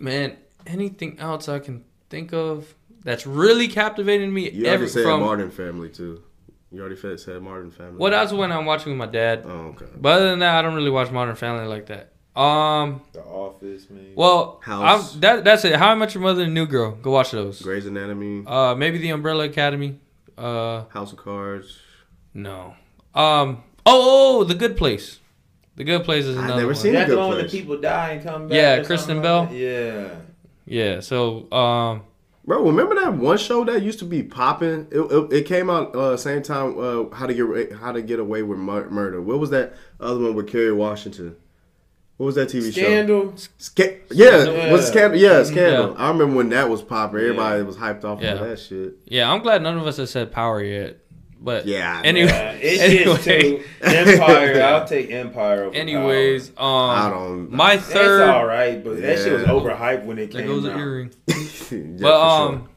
Speaker 2: man, anything else I can think of that's really captivated me
Speaker 1: You have
Speaker 2: every
Speaker 1: to say
Speaker 2: from
Speaker 1: Martin family too. You already said, said Modern Family.
Speaker 2: Well, that's when I'm watching with my dad.
Speaker 1: Oh, okay.
Speaker 2: But other than that, I don't really watch Modern Family like that. Um,
Speaker 3: The Office, man.
Speaker 2: well,
Speaker 1: House.
Speaker 2: I'm, that that's it. How I Met Your Mother and New Girl. Go watch those.
Speaker 1: Grey's Anatomy,
Speaker 2: Uh, maybe The Umbrella Academy. Uh,
Speaker 1: House of Cards.
Speaker 2: no. Um. Oh, oh, The Good Place. The Good Place is
Speaker 1: I've
Speaker 2: another.
Speaker 1: never
Speaker 2: one.
Speaker 1: seen
Speaker 3: That's
Speaker 1: Good
Speaker 3: the one where the
Speaker 1: Place.
Speaker 3: people die and come back.
Speaker 2: Yeah,
Speaker 3: or
Speaker 2: Kristen
Speaker 3: something
Speaker 2: Bell.
Speaker 3: like that? Yeah.
Speaker 2: Yeah. So, um,
Speaker 1: Bro, remember that one show that used to be popping? It, it, it came out uh, same time. Uh, how to get Ra- how to get away with mur- murder? What was that other one with Kerry Washington? What was that TV show?
Speaker 3: Scandal.
Speaker 1: Sca- yeah, was it
Speaker 3: Yeah.
Speaker 1: scandal. Yeah, scandal.
Speaker 2: Mm-hmm. Yeah.
Speaker 1: I remember when that was popular.
Speaker 3: Yeah.
Speaker 1: Everybody was hyped off
Speaker 2: Yeah.
Speaker 1: of that shit.
Speaker 2: yeah. I'm glad none of us have said Power yet. But
Speaker 1: Yeah, I
Speaker 2: Uh, Anyway.
Speaker 3: Yeah, it's
Speaker 2: Anyway.
Speaker 3: anyway. too. Empire. I'll take Empire over.
Speaker 2: Anyways, um,
Speaker 1: I don't-
Speaker 2: My
Speaker 3: Power. That's all
Speaker 2: third.
Speaker 3: right, but that shit was
Speaker 1: Yeah.
Speaker 3: overhyped when it came
Speaker 2: There goes
Speaker 3: out.
Speaker 2: an earring.
Speaker 1: yeah,
Speaker 2: But
Speaker 1: for
Speaker 2: um.
Speaker 1: sure.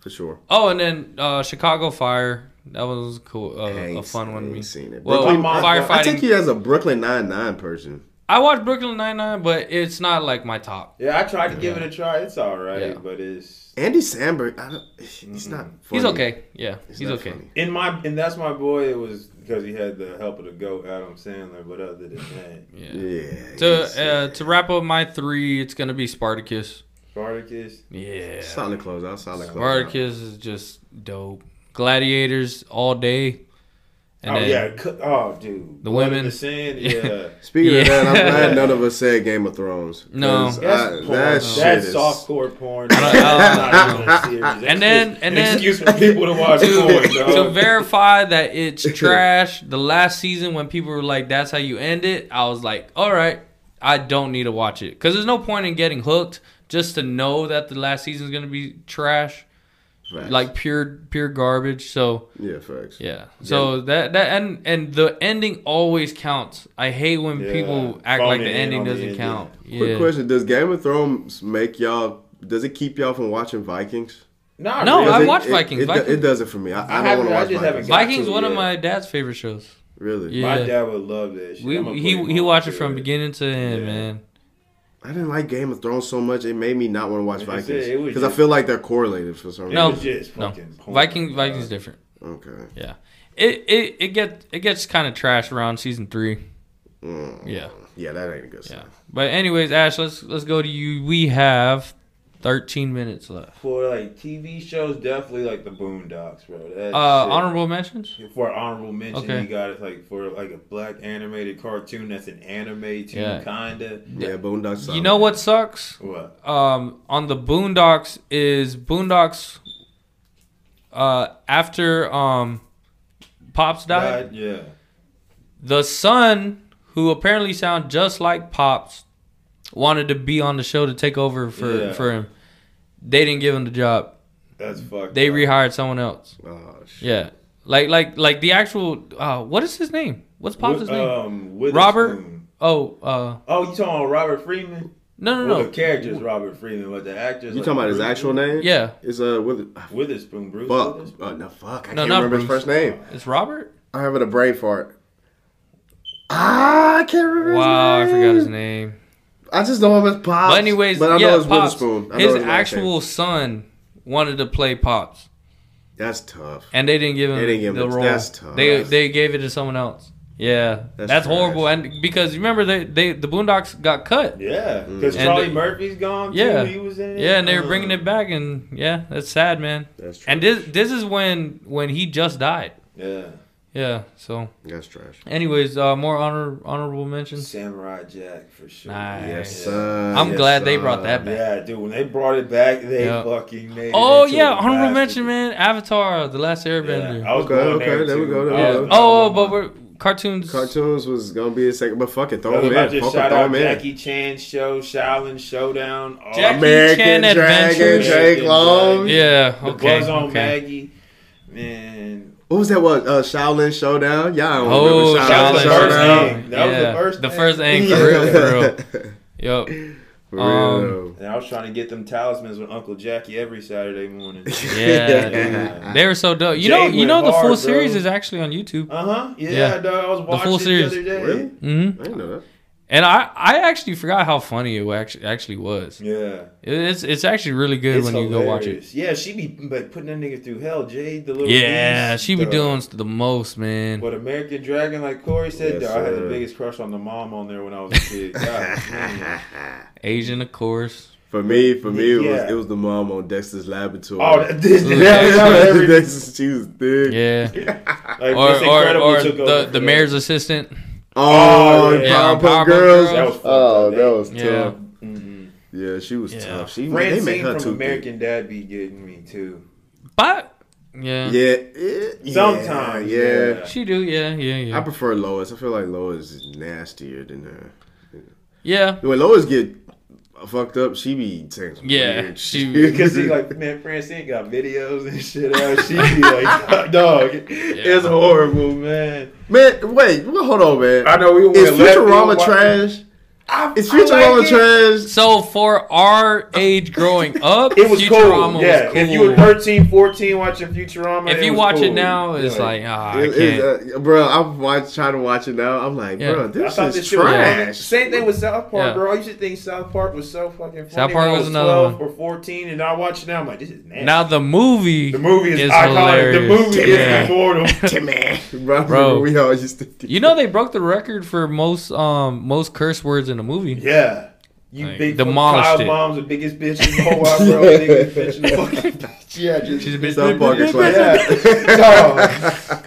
Speaker 1: for sure.
Speaker 2: Oh, and then uh, Chicago Fire. That was cool. Uh,
Speaker 1: I ain't
Speaker 2: a fun
Speaker 1: seen-
Speaker 2: one.
Speaker 1: I
Speaker 2: to
Speaker 1: ain't
Speaker 2: me.
Speaker 1: Seen it.
Speaker 2: Well,
Speaker 1: Brooklyn,
Speaker 3: my
Speaker 1: I,
Speaker 3: mom-
Speaker 2: firefighting. I,
Speaker 1: I take you as a Brooklyn Nine Nine person.
Speaker 2: watched Brooklyn Nine Nine, but it's not like my top.
Speaker 3: Yeah, I tried to give it a try. It's all right,
Speaker 2: Yeah.
Speaker 3: but it's
Speaker 1: Andy Samberg, I don't, he's not. Funny.
Speaker 2: He's okay. Yeah,
Speaker 1: He's
Speaker 2: he's
Speaker 1: not
Speaker 2: okay.
Speaker 1: funny.
Speaker 3: in my and that's my boy. It was because he had the help of the goat Adam Sandler, but other than that,
Speaker 2: Yeah.
Speaker 1: Yeah. he's,
Speaker 2: To uh, to wrap up my three, it's gonna be Spartacus.
Speaker 3: Spartacus.
Speaker 2: Yeah.
Speaker 1: solid closeout. Solid closeout.
Speaker 2: Spartacus is just dope. Gladiators all day. And
Speaker 3: oh
Speaker 2: then,
Speaker 3: yeah, co- oh dude,
Speaker 2: The
Speaker 3: Blood in
Speaker 2: women.
Speaker 3: the sand.
Speaker 2: Yeah.
Speaker 3: Yeah,
Speaker 1: Speaking of
Speaker 2: Yeah.
Speaker 1: that, I'm glad none of us said Game of Thrones.
Speaker 2: No.
Speaker 1: 'Cause I-
Speaker 3: that's porn.
Speaker 1: that
Speaker 3: That's,
Speaker 1: shit is.
Speaker 3: softcore porn.
Speaker 2: don't-
Speaker 3: That's
Speaker 2: I
Speaker 1: don't
Speaker 3: not even serious. That's
Speaker 2: And then-
Speaker 3: just
Speaker 2: and
Speaker 3: an
Speaker 2: then-
Speaker 3: excuse for people to watch
Speaker 2: to,
Speaker 3: porn.
Speaker 2: to
Speaker 3: dog.
Speaker 2: verify that it's trash, the last season when people were like, "That's how you end it," I was like, "All right, I don't need to watch it because there's no point in getting hooked just to know that the last season's gonna be trash,
Speaker 1: Facts.
Speaker 2: like pure pure garbage." So
Speaker 1: yeah, facts.
Speaker 2: yeah, so that that and and the ending always counts. I hate when
Speaker 3: Yeah.
Speaker 2: people act
Speaker 3: Phone
Speaker 2: like
Speaker 3: it
Speaker 2: the
Speaker 3: in
Speaker 2: ending
Speaker 3: on the
Speaker 2: doesn't
Speaker 3: ending.
Speaker 2: count.
Speaker 1: Quick
Speaker 2: Yeah.
Speaker 1: question: Does Game of Thrones make y'all? Does it keep y'all from watching Vikings?
Speaker 3: Not
Speaker 2: No,
Speaker 3: really.
Speaker 2: Oh, I
Speaker 1: Does it-
Speaker 2: watch
Speaker 1: it-
Speaker 2: Vikings.
Speaker 1: It, do-
Speaker 2: Vikings-
Speaker 1: it doesn't for me. I, I, don't
Speaker 3: haven't-
Speaker 1: want to
Speaker 3: I
Speaker 1: watch
Speaker 3: just haven't
Speaker 1: Vikings.
Speaker 3: got-
Speaker 2: Vikings one of
Speaker 3: Yeah.
Speaker 2: my dad's favorite shows.
Speaker 1: Really?
Speaker 2: Yeah.
Speaker 3: My dad would love that shit.
Speaker 2: We,
Speaker 3: I'ma put him
Speaker 2: he he
Speaker 3: on
Speaker 2: watched it
Speaker 3: there.
Speaker 2: from beginning to end,
Speaker 3: uh, Yeah.
Speaker 2: man.
Speaker 1: I didn't like Game of Thrones so much. It made me not want to watch
Speaker 3: Like I said,
Speaker 1: Vikings
Speaker 3: it was
Speaker 1: because I
Speaker 3: just-
Speaker 1: feel like they're correlated for some
Speaker 3: It
Speaker 1: reason.
Speaker 2: No.
Speaker 3: was just
Speaker 2: No,
Speaker 3: fucking porn,
Speaker 2: Viking
Speaker 3: dog.
Speaker 2: Vikings different.
Speaker 1: Okay.
Speaker 2: Yeah. It it it get it gets kind of trash around season three.
Speaker 1: Mm.
Speaker 2: Yeah.
Speaker 1: Yeah, that ain't a good sign.
Speaker 2: Yeah. But anyways, Ash, let's let's go to you. We have thirteen minutes left.
Speaker 3: for like TV shows, definitely like the Boondocks, bro. That
Speaker 2: Uh,
Speaker 3: shit-
Speaker 2: honorable mentions.
Speaker 3: for honorable mention,
Speaker 2: Okay.
Speaker 3: you got it like for like a black animated cartoon that's an anime too,
Speaker 2: Yeah.
Speaker 3: kinda.
Speaker 1: Yeah, Boondocks.
Speaker 2: You
Speaker 1: solid.
Speaker 2: know what sucks?
Speaker 3: What?
Speaker 2: Um, on the Boondocks is Boondocks. Uh, after um, Pops died,
Speaker 3: Died? Yeah.
Speaker 2: the son, who apparently sound just like Pops, wanted to be on the show to take over for
Speaker 3: Yeah.
Speaker 2: for him. They didn't give him the job.
Speaker 3: That's fucked.
Speaker 2: They
Speaker 3: up.
Speaker 2: rehired someone else.
Speaker 1: Oh, shit.
Speaker 2: Yeah. Like like like the actual uh what is his name? What's Pop's
Speaker 3: Wi-
Speaker 1: uh,
Speaker 2: name?
Speaker 3: Um, Witherspoon.
Speaker 2: Robert? oh, uh
Speaker 3: Oh, you talking about Robert Freeman?
Speaker 2: no no
Speaker 3: Well,
Speaker 2: no.
Speaker 3: the character's Robert Freeman, but the actor's
Speaker 1: You
Speaker 3: like
Speaker 1: talking about his
Speaker 3: Bruce
Speaker 1: actual name?
Speaker 2: Yeah.
Speaker 1: It's uh, with,
Speaker 3: Witherspoon, Bruce.
Speaker 1: fuck,
Speaker 3: Witherspoon?
Speaker 1: uh, no, fuck. I
Speaker 2: No,
Speaker 1: can't
Speaker 2: not
Speaker 1: remember his
Speaker 2: Bruce.
Speaker 1: first name.
Speaker 2: It's Robert?
Speaker 1: I'm having a brain fart. Ah, I can't remember.
Speaker 2: Wow, I
Speaker 1: his name.
Speaker 2: forgot his name.
Speaker 1: I just know him as Pops.
Speaker 2: But anyways,
Speaker 1: but I
Speaker 2: yeah,
Speaker 1: know it's
Speaker 2: Pops,
Speaker 1: Witherspoon. I know
Speaker 2: his
Speaker 1: last name.
Speaker 2: actual son wanted to play Pops
Speaker 1: That's tough.
Speaker 2: and they didn't give him,
Speaker 1: They didn't give
Speaker 2: the
Speaker 1: him-
Speaker 2: role.
Speaker 1: that's tough.
Speaker 2: They they gave it to someone else. Yeah. That's,
Speaker 1: That's
Speaker 2: horrible and because remember they, they the Boondocks got cut.
Speaker 3: Yeah,
Speaker 1: Mm.
Speaker 3: because
Speaker 2: And
Speaker 3: Charlie
Speaker 2: the-
Speaker 3: Murphy's gone.
Speaker 2: Yeah.
Speaker 3: too. he was in. it.
Speaker 2: Yeah, and they were bringing
Speaker 3: Uh,
Speaker 2: it back and yeah, that's sad, man.
Speaker 1: That's trash.
Speaker 2: And this this is when when he just died.
Speaker 3: Yeah,
Speaker 2: Yeah, so
Speaker 1: That's trash.
Speaker 2: Anyways, uh, more honor honorable mentions.
Speaker 3: Samurai Jack for sure.
Speaker 2: Nice.
Speaker 1: Yes,
Speaker 3: Yeah.
Speaker 1: sir.
Speaker 2: I'm
Speaker 1: Yes,
Speaker 2: glad they brought
Speaker 1: sir.
Speaker 2: that back.
Speaker 3: Yeah, dude, when they brought it back, they
Speaker 2: Yeah.
Speaker 3: fucking made it.
Speaker 2: Oh
Speaker 3: into
Speaker 2: yeah,
Speaker 3: a
Speaker 2: honorable mention,
Speaker 3: masterpiece.
Speaker 2: man. Avatar: The Last Airbender.
Speaker 3: I was
Speaker 1: Okay,
Speaker 3: going
Speaker 1: okay, there we
Speaker 3: too.
Speaker 1: go, there we
Speaker 2: Yeah.
Speaker 3: I
Speaker 1: go.
Speaker 3: was-
Speaker 2: Oh, but we're cartoons.
Speaker 1: Cartoons was gonna be a second, but fuck it,
Speaker 3: I
Speaker 1: throw
Speaker 3: was
Speaker 1: him
Speaker 3: about
Speaker 1: in.
Speaker 3: to
Speaker 1: Oh, Fuck it,
Speaker 3: shout
Speaker 1: throw
Speaker 3: out
Speaker 1: him in.
Speaker 3: Jackie Chan show, Shaolin Showdown, all
Speaker 2: Jackie Chan
Speaker 1: American Dragon,
Speaker 2: Adventures.
Speaker 1: Jake Long.
Speaker 2: Yeah.
Speaker 3: the
Speaker 2: Okay.
Speaker 3: buzz on
Speaker 2: okay.
Speaker 3: Maggie, man.
Speaker 1: What was that? What uh, Shaolin Showdown? Yeah, I don't
Speaker 2: Oh,
Speaker 1: remember
Speaker 3: That
Speaker 1: Shaolin,
Speaker 3: was the
Speaker 2: Shaolin
Speaker 3: first
Speaker 1: Showdown.
Speaker 2: Showdown.
Speaker 3: thing. That was the
Speaker 2: Yeah,
Speaker 3: first
Speaker 2: The
Speaker 3: thing.
Speaker 2: first thing. For real. For real. Yup.
Speaker 1: For
Speaker 2: Um,
Speaker 1: real.
Speaker 3: And I was trying to get them talismans with Uncle Jackie every Saturday morning.
Speaker 2: Yeah. dude. They were so dope. You know.
Speaker 3: Jade
Speaker 2: You know
Speaker 3: went
Speaker 2: the full
Speaker 3: hard,
Speaker 2: series
Speaker 3: bro.
Speaker 2: is actually on YouTube.
Speaker 3: Uh huh. Yeah,
Speaker 2: Yeah.
Speaker 3: dog. I was watching
Speaker 2: full
Speaker 3: it
Speaker 2: series.
Speaker 3: the other day.
Speaker 1: Really?
Speaker 2: Mm-hmm.
Speaker 1: I didn't know that.
Speaker 2: And I, I actually forgot how funny it actually actually was.
Speaker 3: Yeah.
Speaker 2: It's it's actually really good
Speaker 3: It's
Speaker 2: when you go watch it.
Speaker 3: hilarious. Yeah, she be but putting that nigga through hell, Jade, the little
Speaker 2: Yeah,
Speaker 3: beast,
Speaker 2: she be
Speaker 3: dog.
Speaker 2: doing the most, man.
Speaker 3: But American Dragon, like Corey said,
Speaker 1: Yes,
Speaker 3: dog, I had the
Speaker 1: sir.
Speaker 3: biggest crush on the mom on there when I was a kid. God, man.
Speaker 2: Asian, of course.
Speaker 1: For me, for me, it was
Speaker 3: Yeah.
Speaker 1: it was the mom on Dexter's Laboratory.
Speaker 3: oh, that, that,
Speaker 2: Yeah,
Speaker 3: that was every,
Speaker 1: Dexter's- she was thick.
Speaker 2: Yeah.
Speaker 3: like,
Speaker 2: or
Speaker 3: Miss
Speaker 2: or,
Speaker 3: Incredible
Speaker 2: or
Speaker 3: took over
Speaker 2: the,
Speaker 3: for
Speaker 2: the
Speaker 3: that.
Speaker 2: mayor's assistant.
Speaker 1: Oh,
Speaker 3: Oh,
Speaker 1: and
Speaker 3: yeah.
Speaker 1: Powerpuff,
Speaker 2: Powerpuff
Speaker 1: Girls.
Speaker 2: Girls.
Speaker 3: That was fucked
Speaker 1: oh,
Speaker 3: up.
Speaker 1: that was
Speaker 2: Yeah.
Speaker 1: tough.
Speaker 3: Mhm.
Speaker 1: Yeah, she was
Speaker 2: Yeah.
Speaker 1: tough. She they made
Speaker 3: Francine
Speaker 1: her
Speaker 3: from
Speaker 1: too thick.
Speaker 3: American Dad be getting me too.
Speaker 2: But yeah.
Speaker 1: Yeah, it- yeah,
Speaker 3: Sometimes,
Speaker 1: yeah.
Speaker 3: yeah.
Speaker 2: She do, yeah, yeah,
Speaker 1: I
Speaker 2: yeah.
Speaker 1: prefer Lois. I feel like Lois is nastier than her.
Speaker 2: Yeah.
Speaker 1: When Lois get fucked up, she be saying some
Speaker 2: Yeah,
Speaker 1: weird
Speaker 2: she-
Speaker 1: shit.
Speaker 3: Because he like, man, Francine got videos and shit out. She be like, dog, it's horrible, man.
Speaker 1: man, wait, well, hold on, man.
Speaker 3: I know we went
Speaker 1: Is
Speaker 3: left
Speaker 1: Futurama
Speaker 3: and right.
Speaker 1: trash?
Speaker 3: I,
Speaker 1: Is
Speaker 3: I like
Speaker 1: Futurama
Speaker 3: it.
Speaker 1: trash?
Speaker 2: So for our age growing up,
Speaker 3: It was
Speaker 2: Futurama
Speaker 3: cool. Yeah,
Speaker 2: was
Speaker 3: if you
Speaker 2: cool.
Speaker 3: were 13, 14 watching Futurama,
Speaker 2: If you
Speaker 3: was
Speaker 2: watch it
Speaker 3: cool.
Speaker 2: now, it's
Speaker 3: Yeah.
Speaker 2: like, ah, I
Speaker 1: It-
Speaker 2: can't.
Speaker 1: it's, uh, bro, I'm watch, trying to watch it now. I'm like,
Speaker 2: Yeah.
Speaker 1: bro,
Speaker 3: I
Speaker 1: this
Speaker 3: thought
Speaker 1: is
Speaker 3: this shit was
Speaker 1: trash.
Speaker 3: same thing with South Park,
Speaker 2: Yeah.
Speaker 3: bro. I used to think South Park was so fucking funny.
Speaker 2: South
Speaker 3: when
Speaker 2: Park
Speaker 3: I
Speaker 2: was
Speaker 3: was,
Speaker 2: another
Speaker 3: 12
Speaker 2: one.
Speaker 3: or 14, and I watch it now. I'm like, this is nasty.
Speaker 2: Now the movie,
Speaker 3: the movie is,
Speaker 2: is
Speaker 3: iconic. The
Speaker 2: hilarious.
Speaker 3: movie
Speaker 2: Yeah.
Speaker 3: is immortal.
Speaker 1: Timmy, bro,
Speaker 2: Bro.
Speaker 1: we all used to. do
Speaker 2: You know they broke the record for most um most curse words in a movie.
Speaker 3: yeah. You
Speaker 2: Like,
Speaker 3: big
Speaker 2: demolished
Speaker 3: Kyle
Speaker 2: it.
Speaker 3: Mom's the biggest bitch in the whole wide world. Biggest bitch in the fucking. Yeah, just.
Speaker 2: She's a bitch.
Speaker 1: South Park is
Speaker 3: Yeah.
Speaker 1: classic.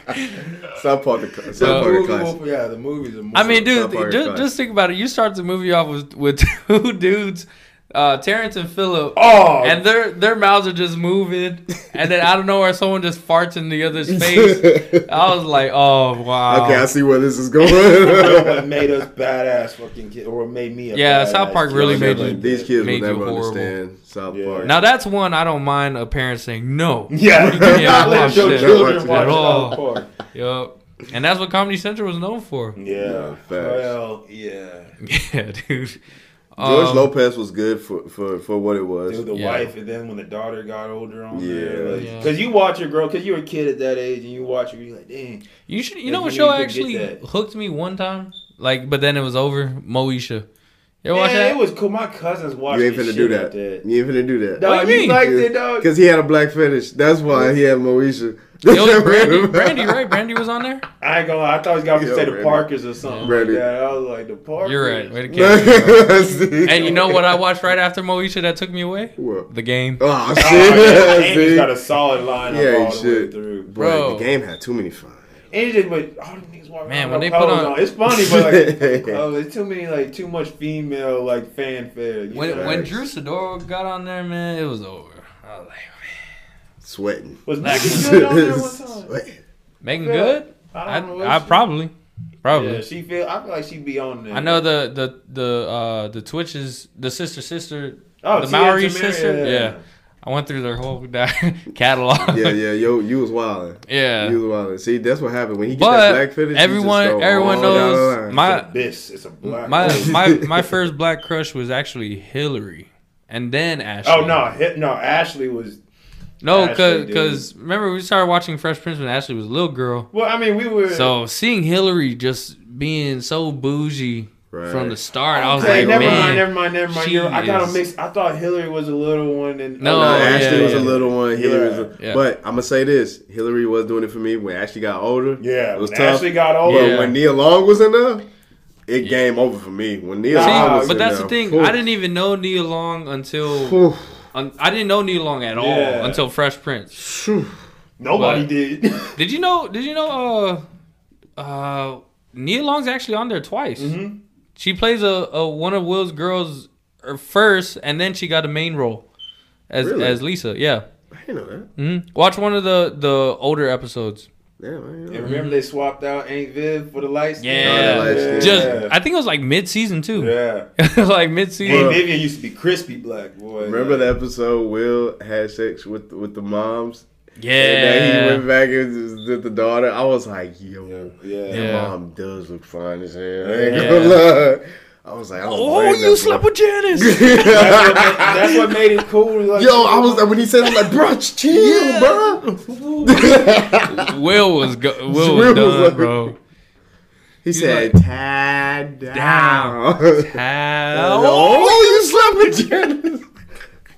Speaker 1: South Park, is- South Park is classic.
Speaker 3: yeah, the movie's immortal.
Speaker 2: I mean, dude,
Speaker 1: South Park is
Speaker 2: just,
Speaker 1: classic.
Speaker 2: just think about it. You start the movie off with, with two dudes, uh, Terrence and Philip,
Speaker 3: Oh,
Speaker 2: and their their mouths are just moving, and then out of nowhere, someone just farts in the other's face. I was like, oh wow.
Speaker 1: Okay, I see where this is going.
Speaker 3: what made us badass fucking kid, or what made me a
Speaker 2: Yeah,
Speaker 3: badass
Speaker 2: South Park
Speaker 3: kid.
Speaker 2: really
Speaker 1: Yeah,
Speaker 2: made
Speaker 1: like,
Speaker 2: you-
Speaker 1: these kids will
Speaker 2: made you
Speaker 1: never
Speaker 2: horrible.
Speaker 1: understand South
Speaker 3: Yeah.
Speaker 1: Park.
Speaker 2: Now that's one I don't mind a parent saying no.
Speaker 3: Yeah,
Speaker 2: Yeah,
Speaker 1: watch
Speaker 3: not let your
Speaker 1: that.
Speaker 3: children
Speaker 1: Don't
Speaker 3: watch
Speaker 1: watch
Speaker 2: it at
Speaker 3: South Park.
Speaker 2: Yup. And that's what Comedy Central was known for.
Speaker 1: Yeah,
Speaker 3: Yeah,
Speaker 1: facts.
Speaker 3: well, yeah.
Speaker 2: Yeah, dude.
Speaker 1: George
Speaker 2: Um,
Speaker 1: Lopez was good for, for, for what it was.
Speaker 3: Dude, the
Speaker 2: Yeah.
Speaker 3: wife, and then when the daughter got older on
Speaker 1: Yeah.
Speaker 3: there,
Speaker 2: Yeah.
Speaker 3: because you watch your girl, because you were a kid at that age, and you watch her, you're like, dang,
Speaker 2: You should. You
Speaker 3: Yeah,
Speaker 2: know
Speaker 3: you
Speaker 2: what
Speaker 3: need
Speaker 2: show
Speaker 3: to get
Speaker 2: actually
Speaker 3: that.
Speaker 2: hooked me one time? Like, but then it was over. Moesha. You ever watch
Speaker 3: yeah,
Speaker 2: that?
Speaker 3: it was cool. My cousins watched.
Speaker 1: you ain't
Speaker 3: this
Speaker 1: finna
Speaker 3: shit
Speaker 1: do
Speaker 3: like
Speaker 1: that. You ain't finna do that.
Speaker 2: What
Speaker 3: Dog,
Speaker 2: do you
Speaker 3: you,
Speaker 2: mean?
Speaker 3: liked it, dog.
Speaker 1: Because he had a black finish. That's why he had Moesha.
Speaker 2: it was Brandy. Brandy, right? Brandy was on there.
Speaker 3: I ain't gonna. lie. I thought he was gonna
Speaker 1: Yo,
Speaker 3: say the
Speaker 1: Randy.
Speaker 3: Parkers or something
Speaker 1: Randy.
Speaker 3: like that. I was like, the Parkers.
Speaker 2: You're right. Way to catch me, bro.
Speaker 1: and
Speaker 2: And you know what I watched right after Moesha that took me away?
Speaker 1: What?
Speaker 2: The game.
Speaker 1: Oh, shit.
Speaker 3: Oh, yeah,
Speaker 1: See?
Speaker 3: Andy's got a solid lineup
Speaker 1: Yeah, he
Speaker 3: all the way
Speaker 1: should.
Speaker 3: through.
Speaker 1: Boy,
Speaker 2: Bro.
Speaker 1: The game had too many fun.
Speaker 3: And just but all them niggas walking
Speaker 2: Man,
Speaker 3: around
Speaker 2: when
Speaker 3: with
Speaker 2: they put
Speaker 3: clothes
Speaker 2: on-
Speaker 3: it's funny, but like, oh, there's too many like too much female like fanfare. you
Speaker 2: When
Speaker 3: know?
Speaker 2: when Drew Sidoro got on there, man, it was over. I was like,
Speaker 1: Sweating.
Speaker 3: was Megan good on there one time?
Speaker 1: Sweating.
Speaker 2: Megan
Speaker 3: Yeah.
Speaker 2: Good?
Speaker 3: I
Speaker 2: I,
Speaker 3: don't know. what
Speaker 2: I
Speaker 3: she-
Speaker 2: probably, probably.
Speaker 3: Yeah, she feel. I feel like she be on there.
Speaker 2: I know the the the uh the Twitch is the sister sister.
Speaker 3: Oh,
Speaker 2: the
Speaker 3: Tia
Speaker 2: Maori
Speaker 3: Tamera,
Speaker 2: sister. Yeah. I went through their whole catalog.
Speaker 1: Yeah, yeah, yo, you was wildin'.
Speaker 2: Yeah.
Speaker 1: You was wildin'. See, that's what happened when he get that black
Speaker 2: But
Speaker 1: finish. he
Speaker 2: everyone,
Speaker 1: just go
Speaker 2: everyone
Speaker 1: all down the
Speaker 2: knows
Speaker 1: line.
Speaker 3: It's an
Speaker 2: my
Speaker 3: abyss. It's a black.
Speaker 2: my
Speaker 3: hole.
Speaker 2: my my first black crush was actually Hillary, and then Ashley.
Speaker 3: oh no, hit, no. Ashley was.
Speaker 2: no,
Speaker 3: Ashley,
Speaker 2: cause
Speaker 3: dude.
Speaker 2: 'cause remember we started watching Fresh Prince when Ashley was a little girl.
Speaker 3: Well, I mean, we were.
Speaker 2: So seeing Hillary just being so bougie
Speaker 1: Right.
Speaker 2: from the start, I was
Speaker 3: Okay,
Speaker 2: like,
Speaker 3: never
Speaker 2: man,
Speaker 3: mind, never mind, never mind.
Speaker 2: she
Speaker 3: You're- I got
Speaker 2: is-
Speaker 3: a mix. I thought Hillary was a little one, and
Speaker 2: No,
Speaker 1: No,
Speaker 2: Oh,
Speaker 1: Ashley
Speaker 2: yeah,
Speaker 1: was a
Speaker 2: yeah.
Speaker 1: little one. Hillary
Speaker 3: Yeah.
Speaker 1: was a,
Speaker 2: Yeah.
Speaker 1: But I'm going to say this Hillary was doing it for me when Ashley got older.
Speaker 3: Yeah,
Speaker 1: It was
Speaker 3: when
Speaker 1: tough.
Speaker 3: Ashley got
Speaker 1: But
Speaker 3: older.
Speaker 2: Yeah.
Speaker 1: when Nia Long was in there, it game over for me. When Nia
Speaker 3: See,
Speaker 1: Long was
Speaker 2: but
Speaker 1: in
Speaker 2: that's
Speaker 1: there,
Speaker 2: the thing.
Speaker 1: whew,
Speaker 2: I didn't even know Nia Long until
Speaker 1: whew,
Speaker 2: un, I didn't know Nia Long at all
Speaker 3: Yeah.
Speaker 2: until Fresh Prince.
Speaker 1: phew.
Speaker 3: Nobody
Speaker 2: But-
Speaker 3: did.
Speaker 2: Did you know? Did you know? Uh, uh, Nia Long's actually on there twice.
Speaker 1: Mm-hmm.
Speaker 3: Mhm.
Speaker 2: She plays a, a one of Will's girls er, first, and then she got a main role as
Speaker 1: Really?
Speaker 2: as Lisa. Yeah.
Speaker 1: I didn't know that.
Speaker 2: hmm Watch one of the the older episodes.
Speaker 1: Damn, I didn't
Speaker 3: And
Speaker 1: know
Speaker 3: remember they swapped out Aunt Viv for the lights?
Speaker 2: Yeah.
Speaker 1: Oh, that light
Speaker 2: Just
Speaker 1: skin.
Speaker 2: I think it was like mid season too.
Speaker 3: yeah.
Speaker 2: like mid
Speaker 3: Aunt
Speaker 2: season.
Speaker 1: Bruh.
Speaker 3: Vivian used to be crispy black boy.
Speaker 1: that. Remember the episode Will had sex with with the moms? And then he
Speaker 2: Yeah.
Speaker 1: went back and did the daughter. I was like, yo,
Speaker 3: Yeah.
Speaker 1: your
Speaker 2: Yeah.
Speaker 1: mom does look fine as hell. I ain't
Speaker 2: Yeah.
Speaker 1: gonna lie. I was like, I don't
Speaker 2: Oh,
Speaker 1: blame
Speaker 2: you
Speaker 1: that
Speaker 2: slept
Speaker 1: boy.
Speaker 2: with Janice.
Speaker 3: That's, what made, that's what made it cool. Like, oh
Speaker 1: Yo, I was when he said, I'm like, bro, chill,
Speaker 2: Yeah.
Speaker 1: bro.
Speaker 2: Will was go- Will
Speaker 1: Will was
Speaker 2: was done,
Speaker 1: like-
Speaker 2: bro.
Speaker 1: He
Speaker 2: He's
Speaker 1: said,
Speaker 2: like-
Speaker 1: "Tad down."
Speaker 2: How?
Speaker 1: oh, you slept with Janice.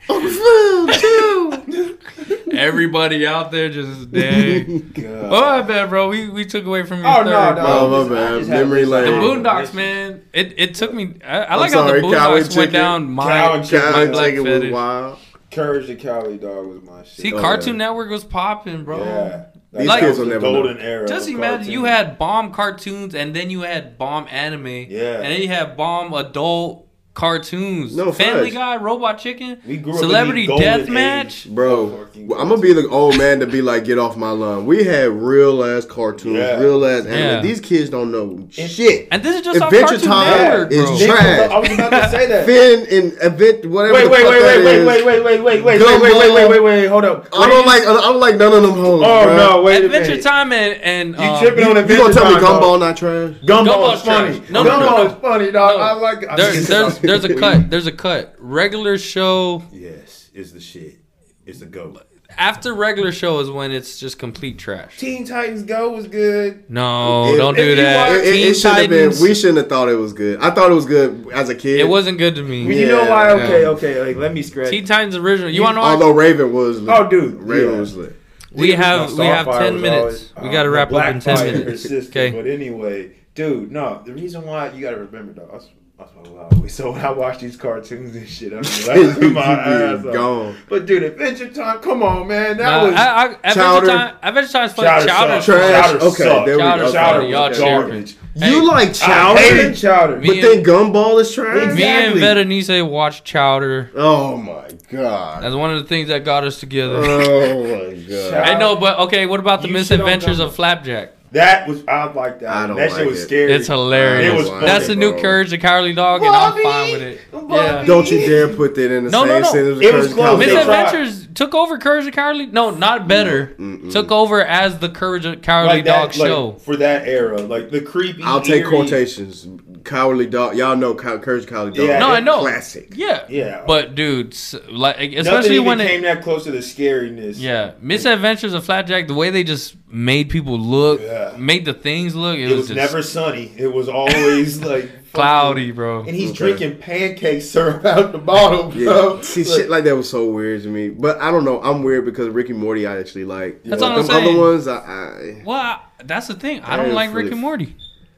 Speaker 1: On the floor, too.
Speaker 2: Everybody out there just dead. Oh, I bet, bro. We, we took away from your
Speaker 3: Oh,
Speaker 2: third,
Speaker 3: no, no.
Speaker 2: bro.
Speaker 1: Oh,
Speaker 3: just-
Speaker 1: my
Speaker 3: I
Speaker 1: bad.
Speaker 3: just had
Speaker 1: Memory
Speaker 3: this-
Speaker 1: lane.
Speaker 2: The
Speaker 1: Yeah.
Speaker 2: Boondocks, man. It it took me. I, I like
Speaker 1: sorry,
Speaker 2: how the
Speaker 1: Cowboy
Speaker 2: Boondocks
Speaker 1: Chicken.
Speaker 2: went down.
Speaker 3: Cow
Speaker 2: My
Speaker 3: and chicken.
Speaker 1: God,
Speaker 2: my
Speaker 1: that
Speaker 2: black
Speaker 1: chicken was
Speaker 2: fetish.
Speaker 1: wild.
Speaker 3: Courage the Cowardly Dog was my shit.
Speaker 2: See,
Speaker 1: Oh,
Speaker 2: Cartoon
Speaker 1: yeah.
Speaker 2: Network was popping, bro.
Speaker 3: yeah.
Speaker 1: These
Speaker 2: Like-
Speaker 1: kids will
Speaker 3: the
Speaker 1: never know.
Speaker 3: golden era.
Speaker 2: Just
Speaker 3: of
Speaker 2: imagine you
Speaker 3: cartoons.
Speaker 2: had bomb cartoons, and then you had bomb anime,
Speaker 3: Yeah.
Speaker 2: and then you had bomb adult cartoons.
Speaker 1: No,
Speaker 2: Family
Speaker 1: facts.
Speaker 2: Guy, Robot Chicken,
Speaker 3: We grew up in the
Speaker 2: Celebrity
Speaker 3: golden
Speaker 2: Death
Speaker 3: age.
Speaker 2: Match.
Speaker 1: Bro,
Speaker 3: Fucking
Speaker 1: I'm gonna be the old man to be like, get off my lawn. We had real ass cartoons,
Speaker 3: Yeah.
Speaker 1: real ass anime.
Speaker 2: Yeah.
Speaker 1: These kids don't know
Speaker 3: It's-
Speaker 1: shit.
Speaker 2: And this is just on
Speaker 1: Adventure
Speaker 2: Cartoon
Speaker 1: Time
Speaker 2: Network,
Speaker 1: is
Speaker 2: bro.
Speaker 3: They-
Speaker 1: Trash.
Speaker 3: I was about to say that.
Speaker 1: Finn and event whatever.
Speaker 3: Wait,
Speaker 1: the
Speaker 3: wait,
Speaker 1: fuck
Speaker 3: wait,
Speaker 1: that
Speaker 3: wait, wait,
Speaker 1: is.
Speaker 3: wait, wait, wait, wait, wait,
Speaker 1: Gumball.
Speaker 3: wait, wait, wait, wait, wait, hold up.
Speaker 1: I don't like. I don't like none of them hoes.
Speaker 3: Oh
Speaker 1: bruh.
Speaker 3: no, wait a
Speaker 2: Adventure
Speaker 3: minute.
Speaker 2: Time and and
Speaker 3: You
Speaker 2: um,
Speaker 3: tripping on
Speaker 1: You
Speaker 3: Adventure
Speaker 1: gonna tell me
Speaker 3: Time, dog.
Speaker 1: Gumball not trash?
Speaker 3: Gumball
Speaker 2: Gumball's
Speaker 3: is funny.
Speaker 2: trash. No, no, no,
Speaker 3: Gumball
Speaker 2: no.
Speaker 3: is funny, dog.
Speaker 2: No.
Speaker 3: I like. I
Speaker 2: There,
Speaker 3: just-
Speaker 2: there's there's a cut. There's a cut. Regular show
Speaker 3: Yes, it's the shit. It's the goat.
Speaker 2: after regular show is when it's just complete trash.
Speaker 3: Teen Titans Go was good.
Speaker 2: No,
Speaker 1: It-
Speaker 2: don't
Speaker 1: it-
Speaker 2: do
Speaker 3: it-
Speaker 2: that.
Speaker 1: It,
Speaker 2: Teen
Speaker 1: should have been.
Speaker 2: Titans,
Speaker 1: We shouldn't have thought it was good. I thought it was good as a kid.
Speaker 2: it wasn't good to me.
Speaker 3: You know
Speaker 1: Yeah,
Speaker 3: why? Okay,
Speaker 1: yeah.
Speaker 3: okay. Like, let me scratch.
Speaker 2: Teen Titans original. You want to know?
Speaker 1: Although Raven was. Lit.
Speaker 3: Oh, dude,
Speaker 1: Raven
Speaker 3: yeah.
Speaker 1: was lit.
Speaker 2: We
Speaker 3: Dude,
Speaker 2: have
Speaker 3: no,
Speaker 2: we have
Speaker 3: Starfire
Speaker 2: ten
Speaker 3: was
Speaker 2: minutes.
Speaker 3: always-
Speaker 2: we got to
Speaker 3: uh,
Speaker 2: wrap up in ten
Speaker 3: Blackfire
Speaker 2: minutes.
Speaker 3: persisted,
Speaker 2: Okay.
Speaker 3: But anyway, dude, no. The reason why you got to remember though, that's, that's what I always. So when I watch these cartoons and shit, I'm just like,
Speaker 1: You
Speaker 3: my
Speaker 1: being
Speaker 3: ass off.
Speaker 1: gone.
Speaker 3: But dude, Adventure Time, come on, man, that
Speaker 2: Nah,
Speaker 3: was.
Speaker 2: I, I, Adventure
Speaker 1: Chowder.
Speaker 2: Time. Adventure Time's funny.
Speaker 3: Chowder,
Speaker 2: Chowder.
Speaker 3: sucked.
Speaker 1: Trash.
Speaker 3: Chowder
Speaker 1: Okay,
Speaker 3: sucked.
Speaker 1: there we go.
Speaker 3: Chowder,
Speaker 1: Okay.
Speaker 3: was
Speaker 1: Y'all
Speaker 3: garbage.
Speaker 2: Hey,
Speaker 1: you like
Speaker 3: I hated
Speaker 1: Chowder,
Speaker 3: Chowder.
Speaker 1: but
Speaker 2: Me
Speaker 1: then
Speaker 2: and-
Speaker 1: Gumball is trash.
Speaker 2: Me and
Speaker 3: Exactly.
Speaker 2: Berenice watched Chowder.
Speaker 1: Oh my god.
Speaker 2: That's one of the things that got us together.
Speaker 1: Oh my god.
Speaker 3: Shout-
Speaker 2: I know, but okay. What about the
Speaker 3: Uh, You shit on
Speaker 2: misadventures
Speaker 3: Gumball.
Speaker 2: of Flapjack?
Speaker 3: That was I like that.
Speaker 1: I don't
Speaker 3: that
Speaker 1: like
Speaker 3: shit was
Speaker 1: it.
Speaker 3: scary.
Speaker 2: It's hilarious.
Speaker 3: It was
Speaker 1: That's
Speaker 2: That's
Speaker 1: funny,
Speaker 2: the new
Speaker 1: bro.
Speaker 2: Courage the Cowardly Dog, and I'm fine with it.
Speaker 3: Bobby,
Speaker 2: Yeah.
Speaker 3: Bobby.
Speaker 1: Don't you dare put that in the
Speaker 2: No,
Speaker 1: same
Speaker 2: no, no.
Speaker 1: sentence.
Speaker 3: It was
Speaker 1: because
Speaker 3: close.
Speaker 1: Kyle-
Speaker 3: They tried.
Speaker 2: Misadventures took over Courage the Cowardly. No, not better. Took over as the Courage the Cowardly
Speaker 3: Mm, like
Speaker 2: Dog
Speaker 3: that,
Speaker 2: show.
Speaker 3: like, for that era, like the creepy.
Speaker 1: I'll take
Speaker 3: eerie-
Speaker 1: quotations. Cowardly dog. Y'all know Cow- Courage the Cowardly dog.
Speaker 3: Yeah.
Speaker 2: no, I know.
Speaker 1: Classic.
Speaker 2: Yeah.
Speaker 3: Yeah.
Speaker 2: But dude, s- like
Speaker 3: Nothing
Speaker 2: especially
Speaker 3: even
Speaker 2: when it
Speaker 3: came that close to the scariness.
Speaker 2: yeah, Misadventures of Flapjack, the way they just made people look,
Speaker 3: Yeah.
Speaker 2: made the things look, it,
Speaker 3: it was
Speaker 2: just
Speaker 3: never sunny. It was always like
Speaker 2: cloudy, bro.
Speaker 3: and he's
Speaker 1: Okay.
Speaker 3: drinking pancake syrup out the bottom,
Speaker 1: Yeah.
Speaker 3: bro.
Speaker 1: See,
Speaker 3: Like,
Speaker 1: shit like that was so weird to me. But I don't know. I'm weird because Ricky Morty, I actually like. But
Speaker 2: That's what I'm
Speaker 1: them
Speaker 2: saying.
Speaker 1: other ones, I I,
Speaker 2: Well, I, that's the thing. I
Speaker 1: Yeah,
Speaker 2: don't like
Speaker 1: for
Speaker 2: Rick
Speaker 1: the-
Speaker 2: and Morty.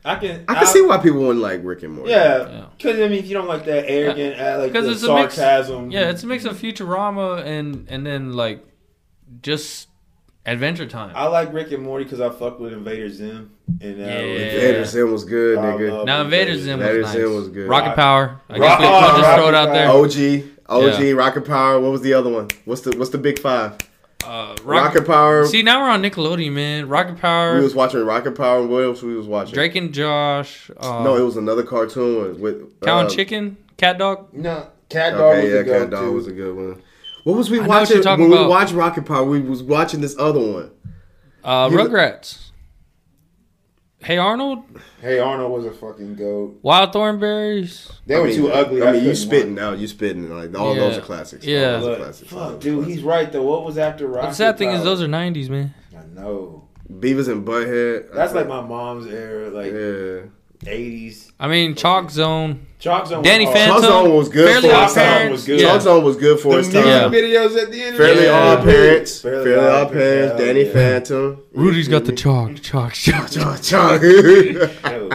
Speaker 3: I can.
Speaker 1: I can see why people wouldn't like Rick and Morty.
Speaker 2: Yeah.
Speaker 3: Yeah, because I mean, if you don't like that arrogant, uh, like
Speaker 2: Because
Speaker 3: the
Speaker 2: it's a mix-
Speaker 3: sarcasm.
Speaker 2: Yeah, it's a mix of Futurama and and then like just Adventure Time.
Speaker 3: I like Rick and Morty because I fuck with Invader Zim, and uh,
Speaker 2: Yeah.
Speaker 1: Vader Zim was good,
Speaker 3: I
Speaker 1: nigga.
Speaker 3: love
Speaker 2: now
Speaker 3: Invader
Speaker 2: Invader Zim was
Speaker 1: Invader
Speaker 2: nice.
Speaker 1: Zim was good.
Speaker 2: Rocket Power. I guess
Speaker 3: Rock-
Speaker 2: we we'll
Speaker 3: oh,
Speaker 2: just throw
Speaker 3: Rocket
Speaker 2: it out there.
Speaker 3: Power.
Speaker 1: OG, OG, Rocket Power. What was the other one? What's the What's the big five?
Speaker 2: Uh, Rocket,
Speaker 1: Rocket Power.
Speaker 2: See, now we're on Nickelodeon, man. Rocket
Speaker 1: we
Speaker 2: Power,
Speaker 1: was watching Rocket Power. What else we was watching?
Speaker 2: Drake and Josh. Uh,
Speaker 1: No, it was another cartoon with, with
Speaker 2: Cow and
Speaker 1: uh,
Speaker 2: Chicken, Cat Dog.
Speaker 3: No, Cat Dog
Speaker 1: Okay,
Speaker 3: was
Speaker 1: yeah,
Speaker 3: a go
Speaker 1: Cat Dog was a good one. What was we
Speaker 2: know what
Speaker 1: watching
Speaker 2: you're talking
Speaker 1: when we
Speaker 2: about.
Speaker 1: watched Rocket Power? We was watching this other one.
Speaker 2: Uh,
Speaker 1: You-
Speaker 2: Rugrats. Hey Arnold,
Speaker 3: Hey Arnold was a fucking goat.
Speaker 2: Wild Thornberries.
Speaker 3: They
Speaker 1: I
Speaker 3: were
Speaker 1: mean,
Speaker 3: too ugly.
Speaker 1: I mean, you
Speaker 3: couldn't
Speaker 1: spitting
Speaker 3: watch.
Speaker 1: now. You spitting like all
Speaker 2: Yeah.
Speaker 1: those are classics. All
Speaker 2: Yeah.
Speaker 1: those are
Speaker 3: But,
Speaker 1: classics. All
Speaker 3: fuck,
Speaker 1: those
Speaker 3: dude,
Speaker 1: are
Speaker 3: he's right though. What was after Rocket?
Speaker 2: The sad thing is,
Speaker 3: Power?
Speaker 2: those are '90s, man.
Speaker 3: I know.
Speaker 1: Beavers and Butthead. I
Speaker 3: That's like
Speaker 1: think.
Speaker 3: my mom's era, like
Speaker 1: Yeah.
Speaker 3: eighties.
Speaker 2: I mean, Chalk Zone.
Speaker 3: Chalk Zone.
Speaker 2: Danny
Speaker 3: was
Speaker 2: Phantom.
Speaker 1: Chalk Zone was good
Speaker 2: Fairly
Speaker 1: for
Speaker 2: Odd
Speaker 1: its time.
Speaker 2: Parents,
Speaker 3: Was good.
Speaker 2: Yeah.
Speaker 1: Chalk Zone was good for
Speaker 3: The
Speaker 1: its
Speaker 3: music
Speaker 1: time.
Speaker 2: Yeah.
Speaker 3: videos at the end. of
Speaker 1: Fairly
Speaker 3: the
Speaker 1: Odd
Speaker 3: day.
Speaker 1: Parents.
Speaker 3: Fairly
Speaker 1: Fairly
Speaker 3: Odd
Speaker 1: Odd Parents.
Speaker 3: Parents,
Speaker 1: Danny
Speaker 3: yeah.
Speaker 1: Phantom.
Speaker 2: Rudy's got the chalk, chalk, chalk. chalk.
Speaker 1: Chalk, chalk. Remember
Speaker 3: Yo,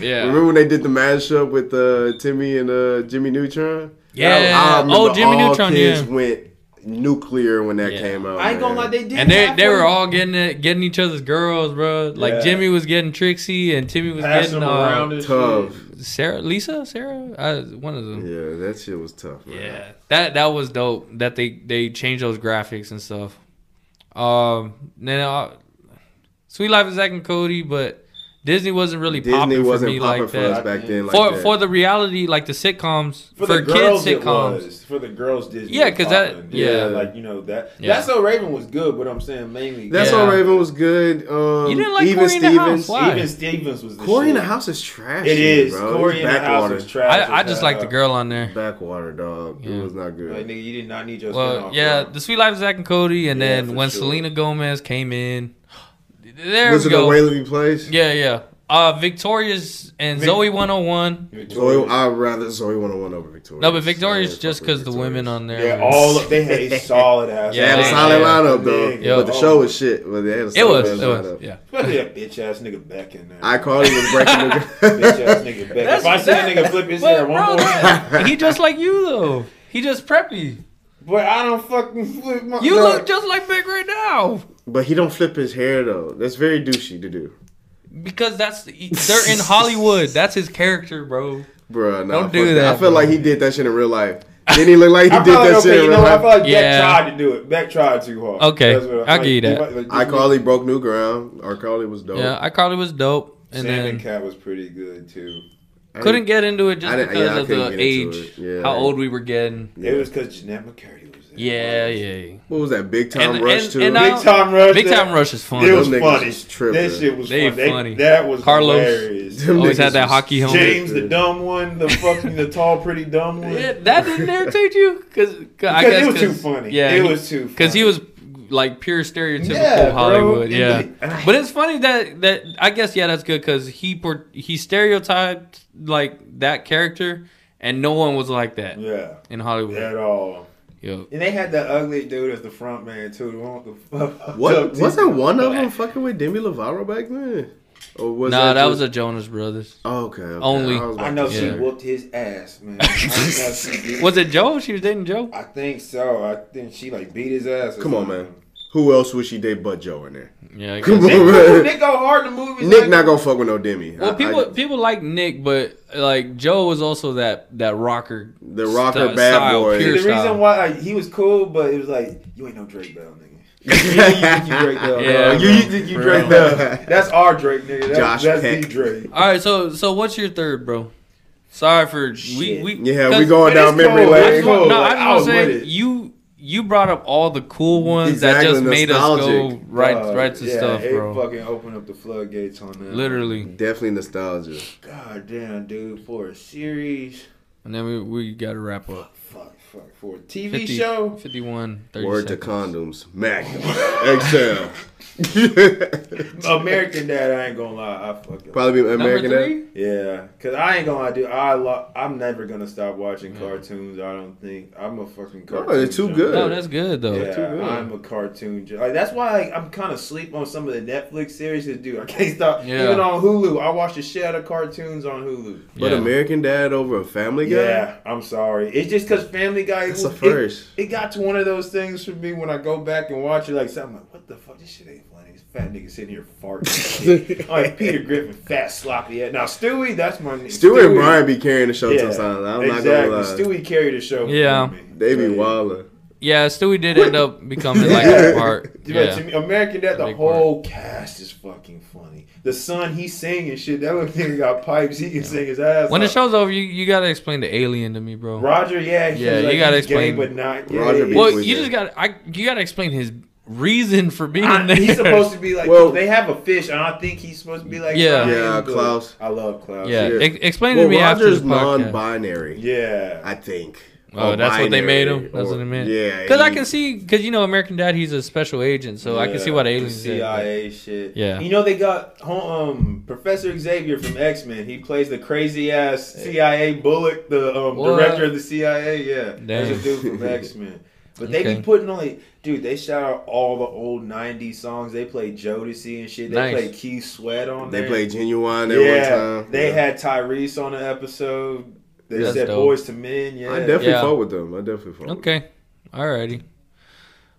Speaker 2: Yeah,
Speaker 1: when they did the mashup with uh, Timmy and uh, Jimmy Neutron? I
Speaker 2: yeah.
Speaker 1: remember
Speaker 2: Oh, Jimmy
Speaker 1: all
Speaker 2: Neutron.
Speaker 1: kids
Speaker 2: Yeah.
Speaker 1: went nuclear when that
Speaker 2: Yeah.
Speaker 1: came out.
Speaker 3: I ain't gonna
Speaker 1: man.
Speaker 3: lie, they did.
Speaker 2: And they they
Speaker 3: halfway-
Speaker 2: were all getting it, getting each other's girls, bro. Like
Speaker 3: Yeah.
Speaker 2: Jimmy was getting Trixie, and Timmy was
Speaker 3: passing
Speaker 2: getting
Speaker 3: them around
Speaker 2: uh,
Speaker 3: and
Speaker 1: tough.
Speaker 3: shit.
Speaker 2: Sarah, Lisa, Sarah, I, one of them.
Speaker 1: Yeah, that shit was tough. Man.
Speaker 2: Mm. Yeah, that that was dope. That they they changed those graphics and stuff. Um, then uh, Sweet Life of Zack and Cody, but Disney wasn't really
Speaker 1: Disney
Speaker 2: popping for
Speaker 1: wasn't
Speaker 2: me
Speaker 1: popping
Speaker 2: like
Speaker 1: for
Speaker 2: that.
Speaker 1: us back then. Like
Speaker 2: for
Speaker 1: that.
Speaker 2: for the reality, like the sitcoms for,
Speaker 3: For, the
Speaker 2: kids
Speaker 3: girls, it
Speaker 2: sitcoms.
Speaker 3: was. For the girls, Disney.
Speaker 2: Yeah,
Speaker 3: was
Speaker 2: 'cause that-
Speaker 3: poppin'.
Speaker 2: yeah.
Speaker 3: like you know that.
Speaker 2: Yeah.
Speaker 3: That's so Raven was good, but I'm saying mainly.
Speaker 1: that's
Speaker 2: Yeah.
Speaker 1: all Raven was good. Um,
Speaker 2: You didn't like
Speaker 1: even
Speaker 2: Corey in the House,
Speaker 1: Stevens.
Speaker 2: why?
Speaker 3: Even Stevens was. The
Speaker 1: Corey in the
Speaker 3: shit.
Speaker 1: house is trash.
Speaker 3: It is.
Speaker 1: bro.
Speaker 3: Corey
Speaker 1: It's
Speaker 3: in the house
Speaker 1: backwater.
Speaker 3: is trash.
Speaker 2: I, I
Speaker 3: as
Speaker 2: just
Speaker 3: hell.
Speaker 2: like the girl on there.
Speaker 1: Backwater, dog.
Speaker 2: Yeah.
Speaker 1: It was not good.
Speaker 3: Like nigga, you did not need your.
Speaker 2: Well,
Speaker 3: spin-off,
Speaker 2: yeah,
Speaker 3: bro.
Speaker 2: the Sweet Life of Zack and Cody, and
Speaker 3: Yeah,
Speaker 2: then
Speaker 3: for
Speaker 2: when
Speaker 3: sure.
Speaker 2: Selena Gomez came in, there
Speaker 1: Wizard
Speaker 2: we
Speaker 1: of
Speaker 2: go.
Speaker 1: Waverly Place.
Speaker 2: Yeah, yeah. uh, Victoria's and
Speaker 3: Vic-
Speaker 2: Zoe 101.
Speaker 1: Zoe, I'd rather Zoe 101 over Victoria.
Speaker 2: No, but Victoria's just
Speaker 1: fuck with
Speaker 2: because the women
Speaker 1: Victoria's.
Speaker 2: on there.
Speaker 3: yeah,
Speaker 2: are-
Speaker 3: all of, they had a solid ass.
Speaker 1: They had a
Speaker 2: Yeah,
Speaker 1: solid
Speaker 2: yeah.
Speaker 1: lineup though,
Speaker 2: Yeah.
Speaker 1: but the show was shit. But they had a
Speaker 2: It
Speaker 1: solid
Speaker 2: was. It
Speaker 1: lineup.
Speaker 2: was. Yeah.
Speaker 3: Especially that bitch ass nigga back in there.
Speaker 1: iCarly was breaking
Speaker 3: bitch ass
Speaker 1: the.
Speaker 3: nigga back. If I see a nigga flip his hair one more time,
Speaker 2: more. He just like you though. He just preppy.
Speaker 3: but I don't fucking flip my.
Speaker 2: You
Speaker 3: No.
Speaker 2: look just like Big right now.
Speaker 1: but he don't flip his hair though. That's very douchey to do,
Speaker 2: Because that's they're in Hollywood. That's his character, bro.
Speaker 1: Bruh, Nah,
Speaker 2: Don't
Speaker 1: fuck
Speaker 2: do
Speaker 1: I
Speaker 2: that,
Speaker 1: feel
Speaker 2: bro.
Speaker 1: like he did that shit in real life. Then he looked like he
Speaker 3: I
Speaker 1: did
Speaker 3: feel like,
Speaker 1: that shit
Speaker 3: okay,
Speaker 1: in
Speaker 3: you
Speaker 1: real
Speaker 3: know, what? I feel
Speaker 1: life.
Speaker 3: like
Speaker 2: Yeah.
Speaker 3: Beck tried to do it. Beck tried too hard.
Speaker 2: Okay,
Speaker 3: That's what
Speaker 2: I'll give you that.
Speaker 1: iCarly broke new ground. iCarly was dope.
Speaker 2: Yeah, iCarly was dope, and
Speaker 3: Sam
Speaker 2: then
Speaker 3: and Cat was pretty good too.
Speaker 1: I
Speaker 2: couldn't get into it just
Speaker 1: I didn't-
Speaker 2: because
Speaker 1: yeah, I
Speaker 2: of
Speaker 1: couldn't
Speaker 2: the
Speaker 1: get into it.
Speaker 2: age,
Speaker 1: Yeah.
Speaker 2: how old we were getting.
Speaker 1: Yeah.
Speaker 3: It was because Jeanette McCurdy was there.
Speaker 2: Yeah, yeah.
Speaker 1: What was that? Big Time
Speaker 2: And-
Speaker 1: Rush
Speaker 2: and-
Speaker 1: too.
Speaker 2: and uh, I-
Speaker 3: Big time rush.
Speaker 2: Big
Speaker 3: that-
Speaker 2: Time Rush is
Speaker 3: It
Speaker 2: fun.
Speaker 3: was
Speaker 1: Those niggas
Speaker 3: funny.
Speaker 1: is tripping.
Speaker 3: That shit was
Speaker 2: They
Speaker 3: fun. They-
Speaker 2: funny.
Speaker 3: that was
Speaker 2: Carlos.
Speaker 3: hilarious.
Speaker 1: Them
Speaker 2: Always
Speaker 1: niggas
Speaker 2: had that
Speaker 1: was
Speaker 2: hockey helmet.
Speaker 3: James, the
Speaker 1: dude.
Speaker 3: dumb one, the fucking the tall, pretty dumb one.
Speaker 2: Yeah, that didn't irritate you because I
Speaker 3: Because
Speaker 2: guess
Speaker 3: it was too
Speaker 2: 'cause-
Speaker 3: funny.
Speaker 2: Yeah,
Speaker 3: it
Speaker 2: he-
Speaker 3: was too.
Speaker 2: because he was
Speaker 3: funny.
Speaker 2: like pure stereotypical
Speaker 3: Yeah, bro.
Speaker 2: Hollywood. Yeah,
Speaker 3: Yeah.
Speaker 2: but it's funny that that I guess yeah that's good because he por- he stereotyped like that character, and no one was like that
Speaker 3: Yeah.
Speaker 2: in Hollywood.
Speaker 3: At all.
Speaker 2: Yo.
Speaker 3: And they had that ugly dude as the front man too. The one with the fuck-
Speaker 1: What wasn't one of
Speaker 2: Okay.
Speaker 1: them fucking with Demi Lovato back then? Or was
Speaker 2: nah, that
Speaker 1: just-
Speaker 2: was a Jonas Brothers.
Speaker 1: oh, okay, okay.
Speaker 2: only-
Speaker 1: was about
Speaker 3: I know
Speaker 1: to
Speaker 3: she
Speaker 1: say.
Speaker 2: Yeah.
Speaker 3: whooped his ass, man. I, know she did.
Speaker 2: Was it Joe? She was dating Joe.
Speaker 3: I think so. I think she like beat his ass. or
Speaker 1: Come on,
Speaker 3: something.
Speaker 1: man. Who else would she date but Joe in there?
Speaker 2: Yeah. I guess.
Speaker 1: Come on,
Speaker 3: Nick,
Speaker 1: man.
Speaker 3: Nick go hard in the movies.
Speaker 1: Nick
Speaker 3: like-
Speaker 1: not gonna fuck with no Demi. I-
Speaker 2: Well,
Speaker 1: I-
Speaker 2: people people like Nick, but like Joe was also that that rocker.
Speaker 1: The rocker
Speaker 2: sty-
Speaker 1: bad
Speaker 2: style,
Speaker 1: boy.
Speaker 3: The
Speaker 2: pure style.
Speaker 3: reason why like, he was cool, but it was like you ain't no Drake Bell, nigga. You think you Drake Bell?
Speaker 2: Yeah,
Speaker 3: Yeah, you, you think you Drake
Speaker 1: bro.
Speaker 3: Bell? That's our Drake, nigga. That's,
Speaker 1: Josh
Speaker 3: that's
Speaker 1: Peck.
Speaker 3: the Drake.
Speaker 2: All right, so so what's your third, bro? Sorry for
Speaker 3: Shit.
Speaker 2: we, we
Speaker 1: yeah, we
Speaker 2: 'cause-
Speaker 1: going
Speaker 3: But
Speaker 1: down
Speaker 3: it's
Speaker 1: memory
Speaker 3: cool.
Speaker 2: I
Speaker 1: lane.
Speaker 2: just want,
Speaker 3: Cool,
Speaker 2: no,
Speaker 3: like,
Speaker 2: I
Speaker 3: I
Speaker 2: just
Speaker 3: was
Speaker 2: want to say
Speaker 3: with it.
Speaker 2: you you brought up all the cool ones that
Speaker 1: Exactly,
Speaker 2: just made us go
Speaker 1: nostalgic.
Speaker 2: right
Speaker 3: Uh,
Speaker 2: right to
Speaker 3: yeah,
Speaker 2: stuff,
Speaker 3: it
Speaker 2: bro.
Speaker 3: fucking opened up the floodgates on that.
Speaker 2: Literally,
Speaker 1: Definitely nostalgia.
Speaker 3: God damn, dude, for a series,
Speaker 2: and then we we got to wrap up.
Speaker 3: fuck, fuck, for a TV
Speaker 2: 50,
Speaker 3: show.
Speaker 2: 51, 30
Speaker 1: Word to
Speaker 2: seconds.
Speaker 1: condoms. Magnum. Excel.
Speaker 3: American Dad, I ain't gonna lie, I fucking
Speaker 1: Probably be
Speaker 2: Number
Speaker 1: American
Speaker 2: three.
Speaker 1: Dad.
Speaker 3: yeah, cause I ain't gonna lie, dude. I lo- I'm never gonna stop watching cartoons. I don't think I'm a fucking
Speaker 1: No,
Speaker 3: cartoon.
Speaker 1: they're too
Speaker 3: junkie.
Speaker 1: good.
Speaker 2: No, that's good though.
Speaker 3: Yeah,
Speaker 1: too good.
Speaker 3: I'm a cartoon. ju- Like that's why like, I'm kind of sleep on some of the Netflix series. 'cause, Dude, I can't stop.
Speaker 2: Yeah.
Speaker 3: Even on Hulu, I watch the shit out of cartoons on Hulu.
Speaker 1: But
Speaker 2: Yeah.
Speaker 1: American Dad over a Family Guy?
Speaker 3: Yeah, I'm sorry. It's just because Family Guy.
Speaker 1: That's
Speaker 3: it-
Speaker 1: a first.
Speaker 3: It, it got to one of those things for me when I go back and watch it. Like something like, what the fuck? This shit ain't funny. This fat nigga sitting here farting. like Peter Griffin, fat sloppy. head. Now Stewie, that's my name.
Speaker 1: Stewie and Brian be carrying the show sometimes. I'm not gonna lie.
Speaker 3: Stewie carried the show. for
Speaker 2: Yeah.
Speaker 3: me.
Speaker 1: they be
Speaker 3: So, yeah.
Speaker 1: wilding.
Speaker 2: Yeah, Stewie did end up becoming like that part.
Speaker 3: You know, to
Speaker 2: Yeah.
Speaker 3: me, American Dad, the
Speaker 2: Big part.
Speaker 3: whole cast is fucking funny. The son, he singing shit. That little nigga got pipes. He can sing his ass.
Speaker 2: When the
Speaker 3: off.
Speaker 2: show's over, you, you gotta explain the alien to me, bro.
Speaker 3: Roger, yeah, he
Speaker 2: Yeah,
Speaker 3: was like,
Speaker 2: you gotta
Speaker 3: he's gay,
Speaker 2: explain-
Speaker 3: but not gay.
Speaker 1: Roger be-
Speaker 2: Well,
Speaker 1: Basically,
Speaker 2: you
Speaker 1: yeah.
Speaker 2: just gotta I you gotta explain his reason for being
Speaker 1: Ah,
Speaker 3: I-
Speaker 2: there.
Speaker 3: he's supposed to be like.
Speaker 1: Well-
Speaker 3: they have a fish, and I think he's supposed to be like.
Speaker 2: Yeah.
Speaker 3: "I am
Speaker 1: Yeah,
Speaker 3: good."
Speaker 1: Klaus.
Speaker 3: I love Klaus.
Speaker 2: yeah,
Speaker 1: Yeah.
Speaker 2: ex- explain
Speaker 1: Well,
Speaker 2: to me
Speaker 1: Roger's
Speaker 2: after this podcast.
Speaker 1: non-binary,
Speaker 3: yeah.
Speaker 1: I think.
Speaker 2: Oh,
Speaker 1: Or
Speaker 2: that's what they made him?
Speaker 1: binary,
Speaker 2: That's what they made him?
Speaker 1: Yeah,
Speaker 2: Because I
Speaker 1: he-
Speaker 2: can see, because you know, American Dad, he's a special agent, so I can see what
Speaker 3: the
Speaker 2: aliens did.
Speaker 3: CIA shit.
Speaker 2: Yeah.
Speaker 3: you know they got um Professor Xavier from X Men. He plays the crazy ass CIA Bullock, the um,
Speaker 2: What?
Speaker 3: director of the CIA. Yeah, there's
Speaker 2: Damn.
Speaker 3: a dude from X Men. But they
Speaker 2: Okay.
Speaker 3: be putting on like, dude, they shout out all the old '90s songs. They play Jodeci and shit. They
Speaker 2: Nice.
Speaker 3: play Keith Sweat on
Speaker 1: They
Speaker 3: there.
Speaker 1: played genuine at one time.
Speaker 3: They
Speaker 1: Yeah.
Speaker 3: had Tyrese on the episode. They
Speaker 2: That's
Speaker 3: said
Speaker 2: dope.
Speaker 3: boys to men. Yeah,
Speaker 1: I definitely
Speaker 2: Yeah.
Speaker 1: fought with them. I definitely fought. With them.
Speaker 2: Okay, alrighty.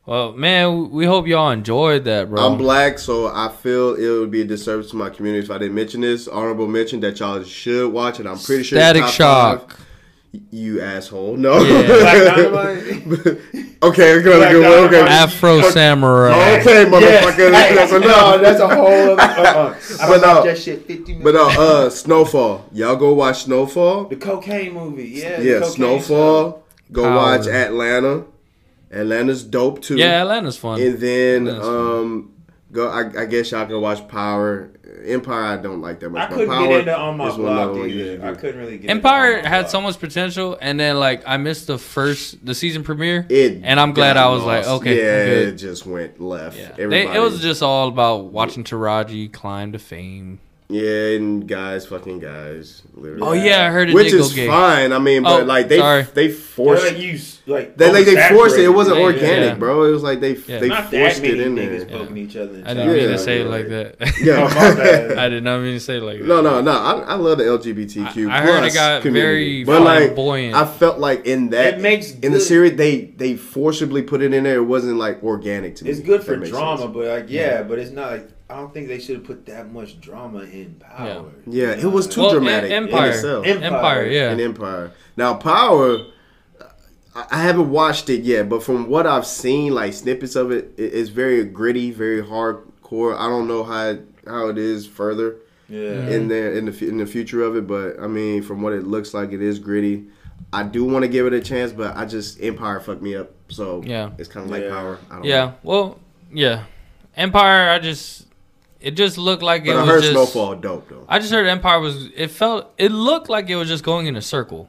Speaker 2: Well, man, we hope y'all enjoyed that, bro.
Speaker 1: I'm black, so I feel it would be a disservice to my community if I didn't mention this. Honorable mention that y'all should watch it. I'm pretty sure. it's
Speaker 2: Static
Speaker 1: top
Speaker 2: Shock.
Speaker 1: five. You asshole. No.
Speaker 2: Yeah.
Speaker 3: Black Dynamite?
Speaker 1: okay, good,
Speaker 3: Black
Speaker 1: good,
Speaker 3: Dynamite.
Speaker 1: okay.
Speaker 2: Afro Samurai.
Speaker 1: Okay, motherfucker.
Speaker 3: Yes.
Speaker 1: That's
Speaker 3: Hey,
Speaker 1: enough.
Speaker 3: no, that's a whole other. Uh-uh.
Speaker 1: But
Speaker 3: I but
Speaker 1: no.
Speaker 3: that shit fifty.
Speaker 1: But
Speaker 3: But
Speaker 1: uh, uh, Snowfall. Y'all go watch Snowfall.
Speaker 3: the cocaine movie, yeah, the
Speaker 1: Yeah,
Speaker 3: cocaine
Speaker 1: Snowfall.
Speaker 3: stuff.
Speaker 1: Go
Speaker 2: Power.
Speaker 1: watch Atlanta. Atlanta's dope too.
Speaker 2: Yeah, Atlanta's fun.
Speaker 1: And then
Speaker 2: Atlanta's
Speaker 1: um, go. I, I guess y'all can watch Power. Empire. I don't like that much.
Speaker 3: I
Speaker 1: but
Speaker 3: couldn't
Speaker 1: Power
Speaker 3: get into on my
Speaker 1: is one I
Speaker 3: block
Speaker 1: would
Speaker 3: either.
Speaker 1: usually
Speaker 3: I
Speaker 1: do.
Speaker 3: couldn't really get.
Speaker 2: Empire
Speaker 3: into On My
Speaker 2: had
Speaker 3: Block.
Speaker 2: so much potential, and then like I missed the first the season premiere,
Speaker 1: It
Speaker 2: and I'm glad
Speaker 1: got
Speaker 2: I was like,
Speaker 1: lost.
Speaker 2: okay,
Speaker 1: yeah,
Speaker 2: I'm good.
Speaker 1: it just went left.
Speaker 2: Yeah. They,
Speaker 1: Everybody,
Speaker 2: it was just all about watching Taraji climb to fame.
Speaker 1: Yeah, and guys, fucking guys. Literally.
Speaker 2: Oh yeah, I heard it.
Speaker 1: Which
Speaker 2: did go
Speaker 1: is
Speaker 2: gay.
Speaker 1: fine. I mean, but
Speaker 2: Oh,
Speaker 1: like they
Speaker 2: sorry.
Speaker 1: they forced
Speaker 3: like you s- like
Speaker 1: they like they forced it. It
Speaker 3: oversaturated.
Speaker 1: wasn't
Speaker 2: Yeah,
Speaker 1: organic,
Speaker 2: yeah.
Speaker 1: bro. It was like they
Speaker 2: Yeah.
Speaker 1: they
Speaker 3: Not that
Speaker 1: forced
Speaker 3: many
Speaker 1: it in
Speaker 3: niggas
Speaker 1: there.
Speaker 3: poking each other. in
Speaker 2: I didn't mean
Speaker 1: Yeah,
Speaker 2: to say it
Speaker 1: yeah.
Speaker 2: like that.
Speaker 3: Oh, my
Speaker 1: Yeah.
Speaker 3: bad.
Speaker 2: I did not mean to say it like that.
Speaker 1: No, no, no. I, I love the LGBTQ.
Speaker 2: I- I heard it
Speaker 1: plus
Speaker 2: got
Speaker 1: community.
Speaker 2: very
Speaker 1: but like
Speaker 2: flamboyant.
Speaker 1: I felt like in that
Speaker 3: It makes
Speaker 1: in the
Speaker 3: good-
Speaker 1: series they they forcibly put it in there. It wasn't like organic to me.
Speaker 3: It's good
Speaker 1: if
Speaker 3: for
Speaker 1: that makes
Speaker 3: drama,
Speaker 1: sense.
Speaker 3: but like yeah, but it's not like I don't think they should have put that much drama in power.
Speaker 1: Yeah, it was too
Speaker 2: Well, em-
Speaker 1: dramatic
Speaker 2: Empire.
Speaker 1: in itself.
Speaker 3: Em-
Speaker 2: Empire,
Speaker 3: Empire.
Speaker 2: yeah.
Speaker 1: in Empire. Now Power, I I haven't watched it yet, but from what I've seen, like snippets of it, it- it's very gritty, very hardcore. I don't know how it, how it is further
Speaker 3: Yeah.
Speaker 1: in there in the fu- in the future of it, but I mean, from what it looks like, it is gritty. I do want to give it a chance, but I just Empire fucked me up, so
Speaker 2: Yeah.
Speaker 1: it's kind of like
Speaker 3: Yeah.
Speaker 1: Power. I don't
Speaker 2: Yeah.
Speaker 1: know.
Speaker 2: Well, yeah. Empire. I just. It just looked like it
Speaker 1: but I
Speaker 2: was
Speaker 1: heard
Speaker 2: just.
Speaker 1: Snowfall dope though.
Speaker 2: I just heard Empire was. It felt. It looked like it was just going in a circle.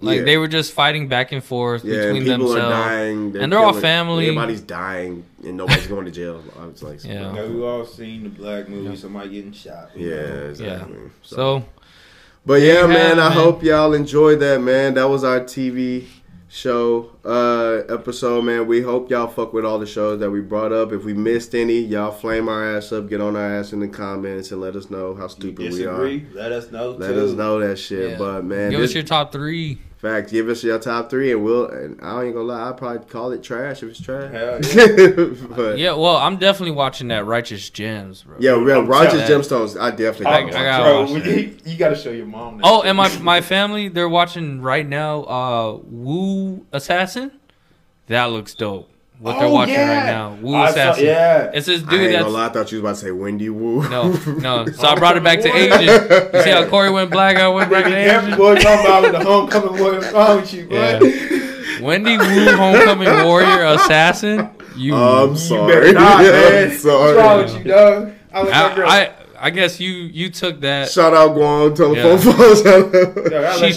Speaker 2: Like
Speaker 1: Yeah.
Speaker 2: they were just fighting back and forth
Speaker 1: yeah, and
Speaker 2: between
Speaker 1: people
Speaker 2: themselves.
Speaker 1: are dying,
Speaker 2: And they're all
Speaker 1: killing-
Speaker 2: family.
Speaker 1: Everybody's dying, and nobody's going to jail. I was like,
Speaker 2: Yeah.
Speaker 3: Now, we all seen the black movie, somebody getting shot.
Speaker 1: yeah,
Speaker 2: Yeah.
Speaker 1: exactly.
Speaker 2: So
Speaker 1: But
Speaker 2: There
Speaker 1: yeah,
Speaker 2: you
Speaker 1: man,
Speaker 2: have it,
Speaker 1: I
Speaker 2: man.
Speaker 1: hope y'all enjoyed that, man. That was our TV show uh episode, man. We hope y'all fuck with all the shows that we brought up. If we missed any, y'all flame our ass up, get on our ass in the comments and let us know how
Speaker 3: You
Speaker 1: stupid we are.
Speaker 3: disagree? Let us know.
Speaker 1: Let
Speaker 3: too.
Speaker 1: us know that shit.
Speaker 2: Yeah.
Speaker 1: But man,
Speaker 2: give
Speaker 1: this
Speaker 2: us your top three.
Speaker 1: fact, give us your top three and we'll and I ain't gonna lie, I'll probably call it trash if it's trash.
Speaker 3: Hell
Speaker 1: but yeah,
Speaker 2: Yeah. Well, I'm definitely watching that Righteous Gems, bro.
Speaker 1: yeah,
Speaker 3: I'm
Speaker 1: Roger's
Speaker 2: telling-
Speaker 1: Gemstones, I definitely gotta
Speaker 2: I- I
Speaker 1: watch
Speaker 2: gotta
Speaker 1: it.
Speaker 3: Bro,
Speaker 2: watch
Speaker 3: you, you gotta show your mom. That
Speaker 2: Oh,
Speaker 3: shit.
Speaker 2: and my my family they're watching right now. Uh, Woo Assassin. That looks dope. What they're
Speaker 3: Oh,
Speaker 2: watching right
Speaker 3: yeah.
Speaker 2: now. Woo
Speaker 3: I saw-
Speaker 2: Assassin.
Speaker 3: yeah.
Speaker 2: It's
Speaker 1: I
Speaker 2: this
Speaker 1: ain't
Speaker 2: dude
Speaker 1: gonna
Speaker 2: that's
Speaker 1: lie, I thought you was about to say Wendy Woo.
Speaker 2: No, no. So I brought it back to Asian. You see how Corey went black, I went back to
Speaker 3: Every
Speaker 2: Asian.
Speaker 3: boy talking about with the homecoming boy. What's wrong with you, boy?
Speaker 2: Yeah. Wendy Wu, homecoming warrior, assassin. You,
Speaker 1: I'm sorry.
Speaker 3: Mm-hmm. better not, man.
Speaker 1: I'm
Speaker 3: What's wrong
Speaker 1: sorry.
Speaker 3: with you, dog? I look like
Speaker 2: I, I, I guess you, you took that.
Speaker 1: Shout out Guam telephone
Speaker 2: Yeah.
Speaker 1: phones. Shout out.
Speaker 2: She's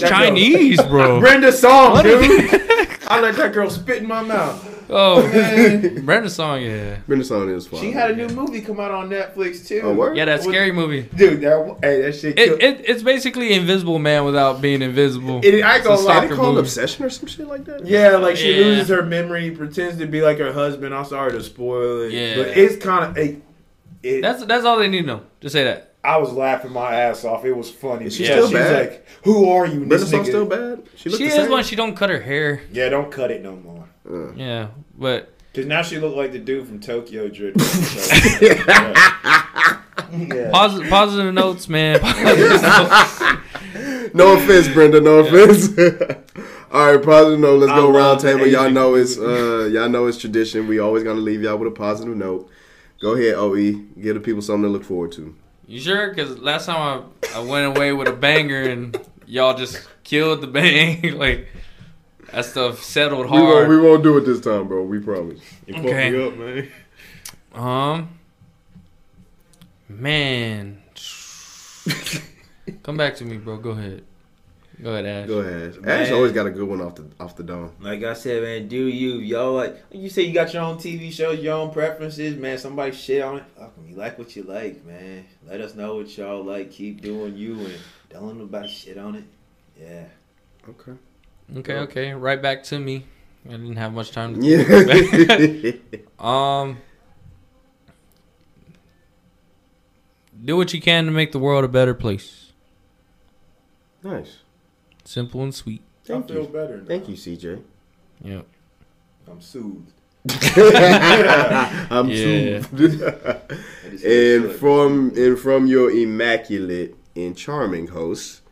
Speaker 2: Chinese, bro.
Speaker 3: Brenda's song,
Speaker 2: What is-
Speaker 3: dude. I let that girl spit in my mouth.
Speaker 2: Oh,
Speaker 3: Man,
Speaker 2: Brenda song, yeah,
Speaker 1: Been song is fine.
Speaker 3: she had a new movie come out on Netflix too.
Speaker 1: Oh, word?
Speaker 2: yeah, that
Speaker 3: With-
Speaker 2: scary movie.
Speaker 3: Dude, that hey, that shit.
Speaker 2: It,
Speaker 3: killed-
Speaker 2: it, it's basically Invisible Man without being invisible.
Speaker 3: It, I ain't
Speaker 2: It's a
Speaker 3: gonna lie.
Speaker 1: Like, they
Speaker 2: soccer
Speaker 1: call it
Speaker 2: movie.
Speaker 1: obsession or some shit like that.
Speaker 3: Yeah, like she
Speaker 2: Yeah.
Speaker 3: loses her memory, pretends to be like her husband. I'm sorry to spoil it,
Speaker 2: Yeah.
Speaker 3: but it's kind of. It, it,
Speaker 2: That's that's all they need to know. Just say that.
Speaker 3: I was laughing my ass off. It was funny.
Speaker 1: Is she
Speaker 3: because
Speaker 1: still bad?
Speaker 3: like, "Who are you,
Speaker 1: Brenda's
Speaker 3: this
Speaker 1: song
Speaker 3: nigga?"
Speaker 1: still bad. look
Speaker 2: She
Speaker 1: the
Speaker 2: is
Speaker 1: same?
Speaker 2: when she don't cut her hair.
Speaker 3: yeah, don't cut it no more.
Speaker 2: Yeah, but
Speaker 3: Cause now she looked like the dude from Tokyo Drift. So, yeah. Yeah.
Speaker 2: positive positive notes, man. Positive notes.
Speaker 1: No offense, Brenda. No offense. All right, positive note. Let's
Speaker 3: I
Speaker 1: go round
Speaker 3: love the
Speaker 1: table. Y'all
Speaker 3: Asian
Speaker 1: know it's uh, y'all know it's tradition. We always gonna leave y'all with a positive note. Go ahead, OE. Give the people something to look forward to.
Speaker 2: You sure? Because last time I, I went away with a banger and y'all just killed the bang. like, that stuff settled
Speaker 1: We won't,
Speaker 2: hard.
Speaker 1: we won't do it this time, bro. We promise.
Speaker 3: You
Speaker 2: fucked Okay. me
Speaker 3: up, man.
Speaker 2: um, man. Come back to me, bro. Go ahead. Go ahead, Ash.
Speaker 1: Go ahead. Ash
Speaker 3: Man.
Speaker 1: always got a good one off the off the dome.
Speaker 3: Like I said, man, do you y'all like you say you got your own TV shows, your own preferences, man. Somebody shit on it. Fuck 'em, You like what you like, man. Let us know what y'all like. Keep doing you and don't let nobody shit on it. Yeah.
Speaker 1: Okay.
Speaker 2: Okay, okay. Right back to me. I didn't have much time to
Speaker 1: Yeah.
Speaker 2: Um, do what you can to make the world a better place.
Speaker 1: nice.
Speaker 2: Simple and sweet.
Speaker 1: Thank
Speaker 3: I feel
Speaker 1: you.
Speaker 3: better. Now.
Speaker 1: Thank you, CJ.
Speaker 2: Yeah.
Speaker 3: I'm soothed.
Speaker 1: I'm
Speaker 2: Yeah.
Speaker 1: soothed.
Speaker 3: I just feel
Speaker 1: and
Speaker 3: good.
Speaker 1: from and from your immaculate and charming host,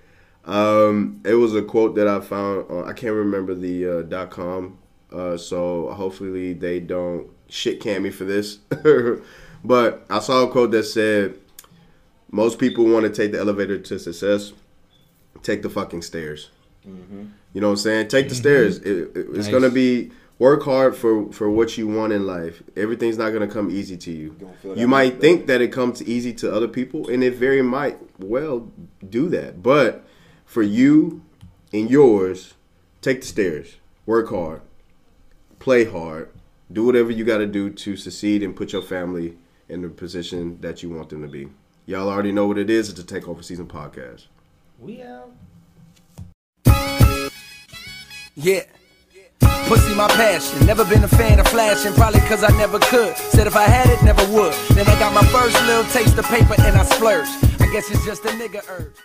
Speaker 1: um, it was a quote that I found. On, I can't remember the uh, dot com. Uh, so hopefully they don't shit can me for this. but I saw a quote that said, "Most people want to take the elevator to success. Take the fucking stairs." You know what I'm saying? Take the stairs. It, it- it's
Speaker 2: Nice.
Speaker 1: gonna be work hard for for what you want in life. Everything's not gonna come easy to you.
Speaker 3: Don't feel that
Speaker 1: You
Speaker 3: way,
Speaker 1: might
Speaker 3: though.
Speaker 1: think that it comes easy to other people, and it very might well do that. But for you and yours, take the stairs. Work hard. Play hard. Do whatever you got to do to succeed and put your family in the position that you want them to be. Y'all already know what it is. It's the Takeover Season podcast.
Speaker 3: We out.
Speaker 4: Yeah. Pussy my passion, never been a fan of flashing, probably cause I never could. Said if I had it, never would. Then I got my first little taste of paper and I splurged. I guess it's just a nigga urge.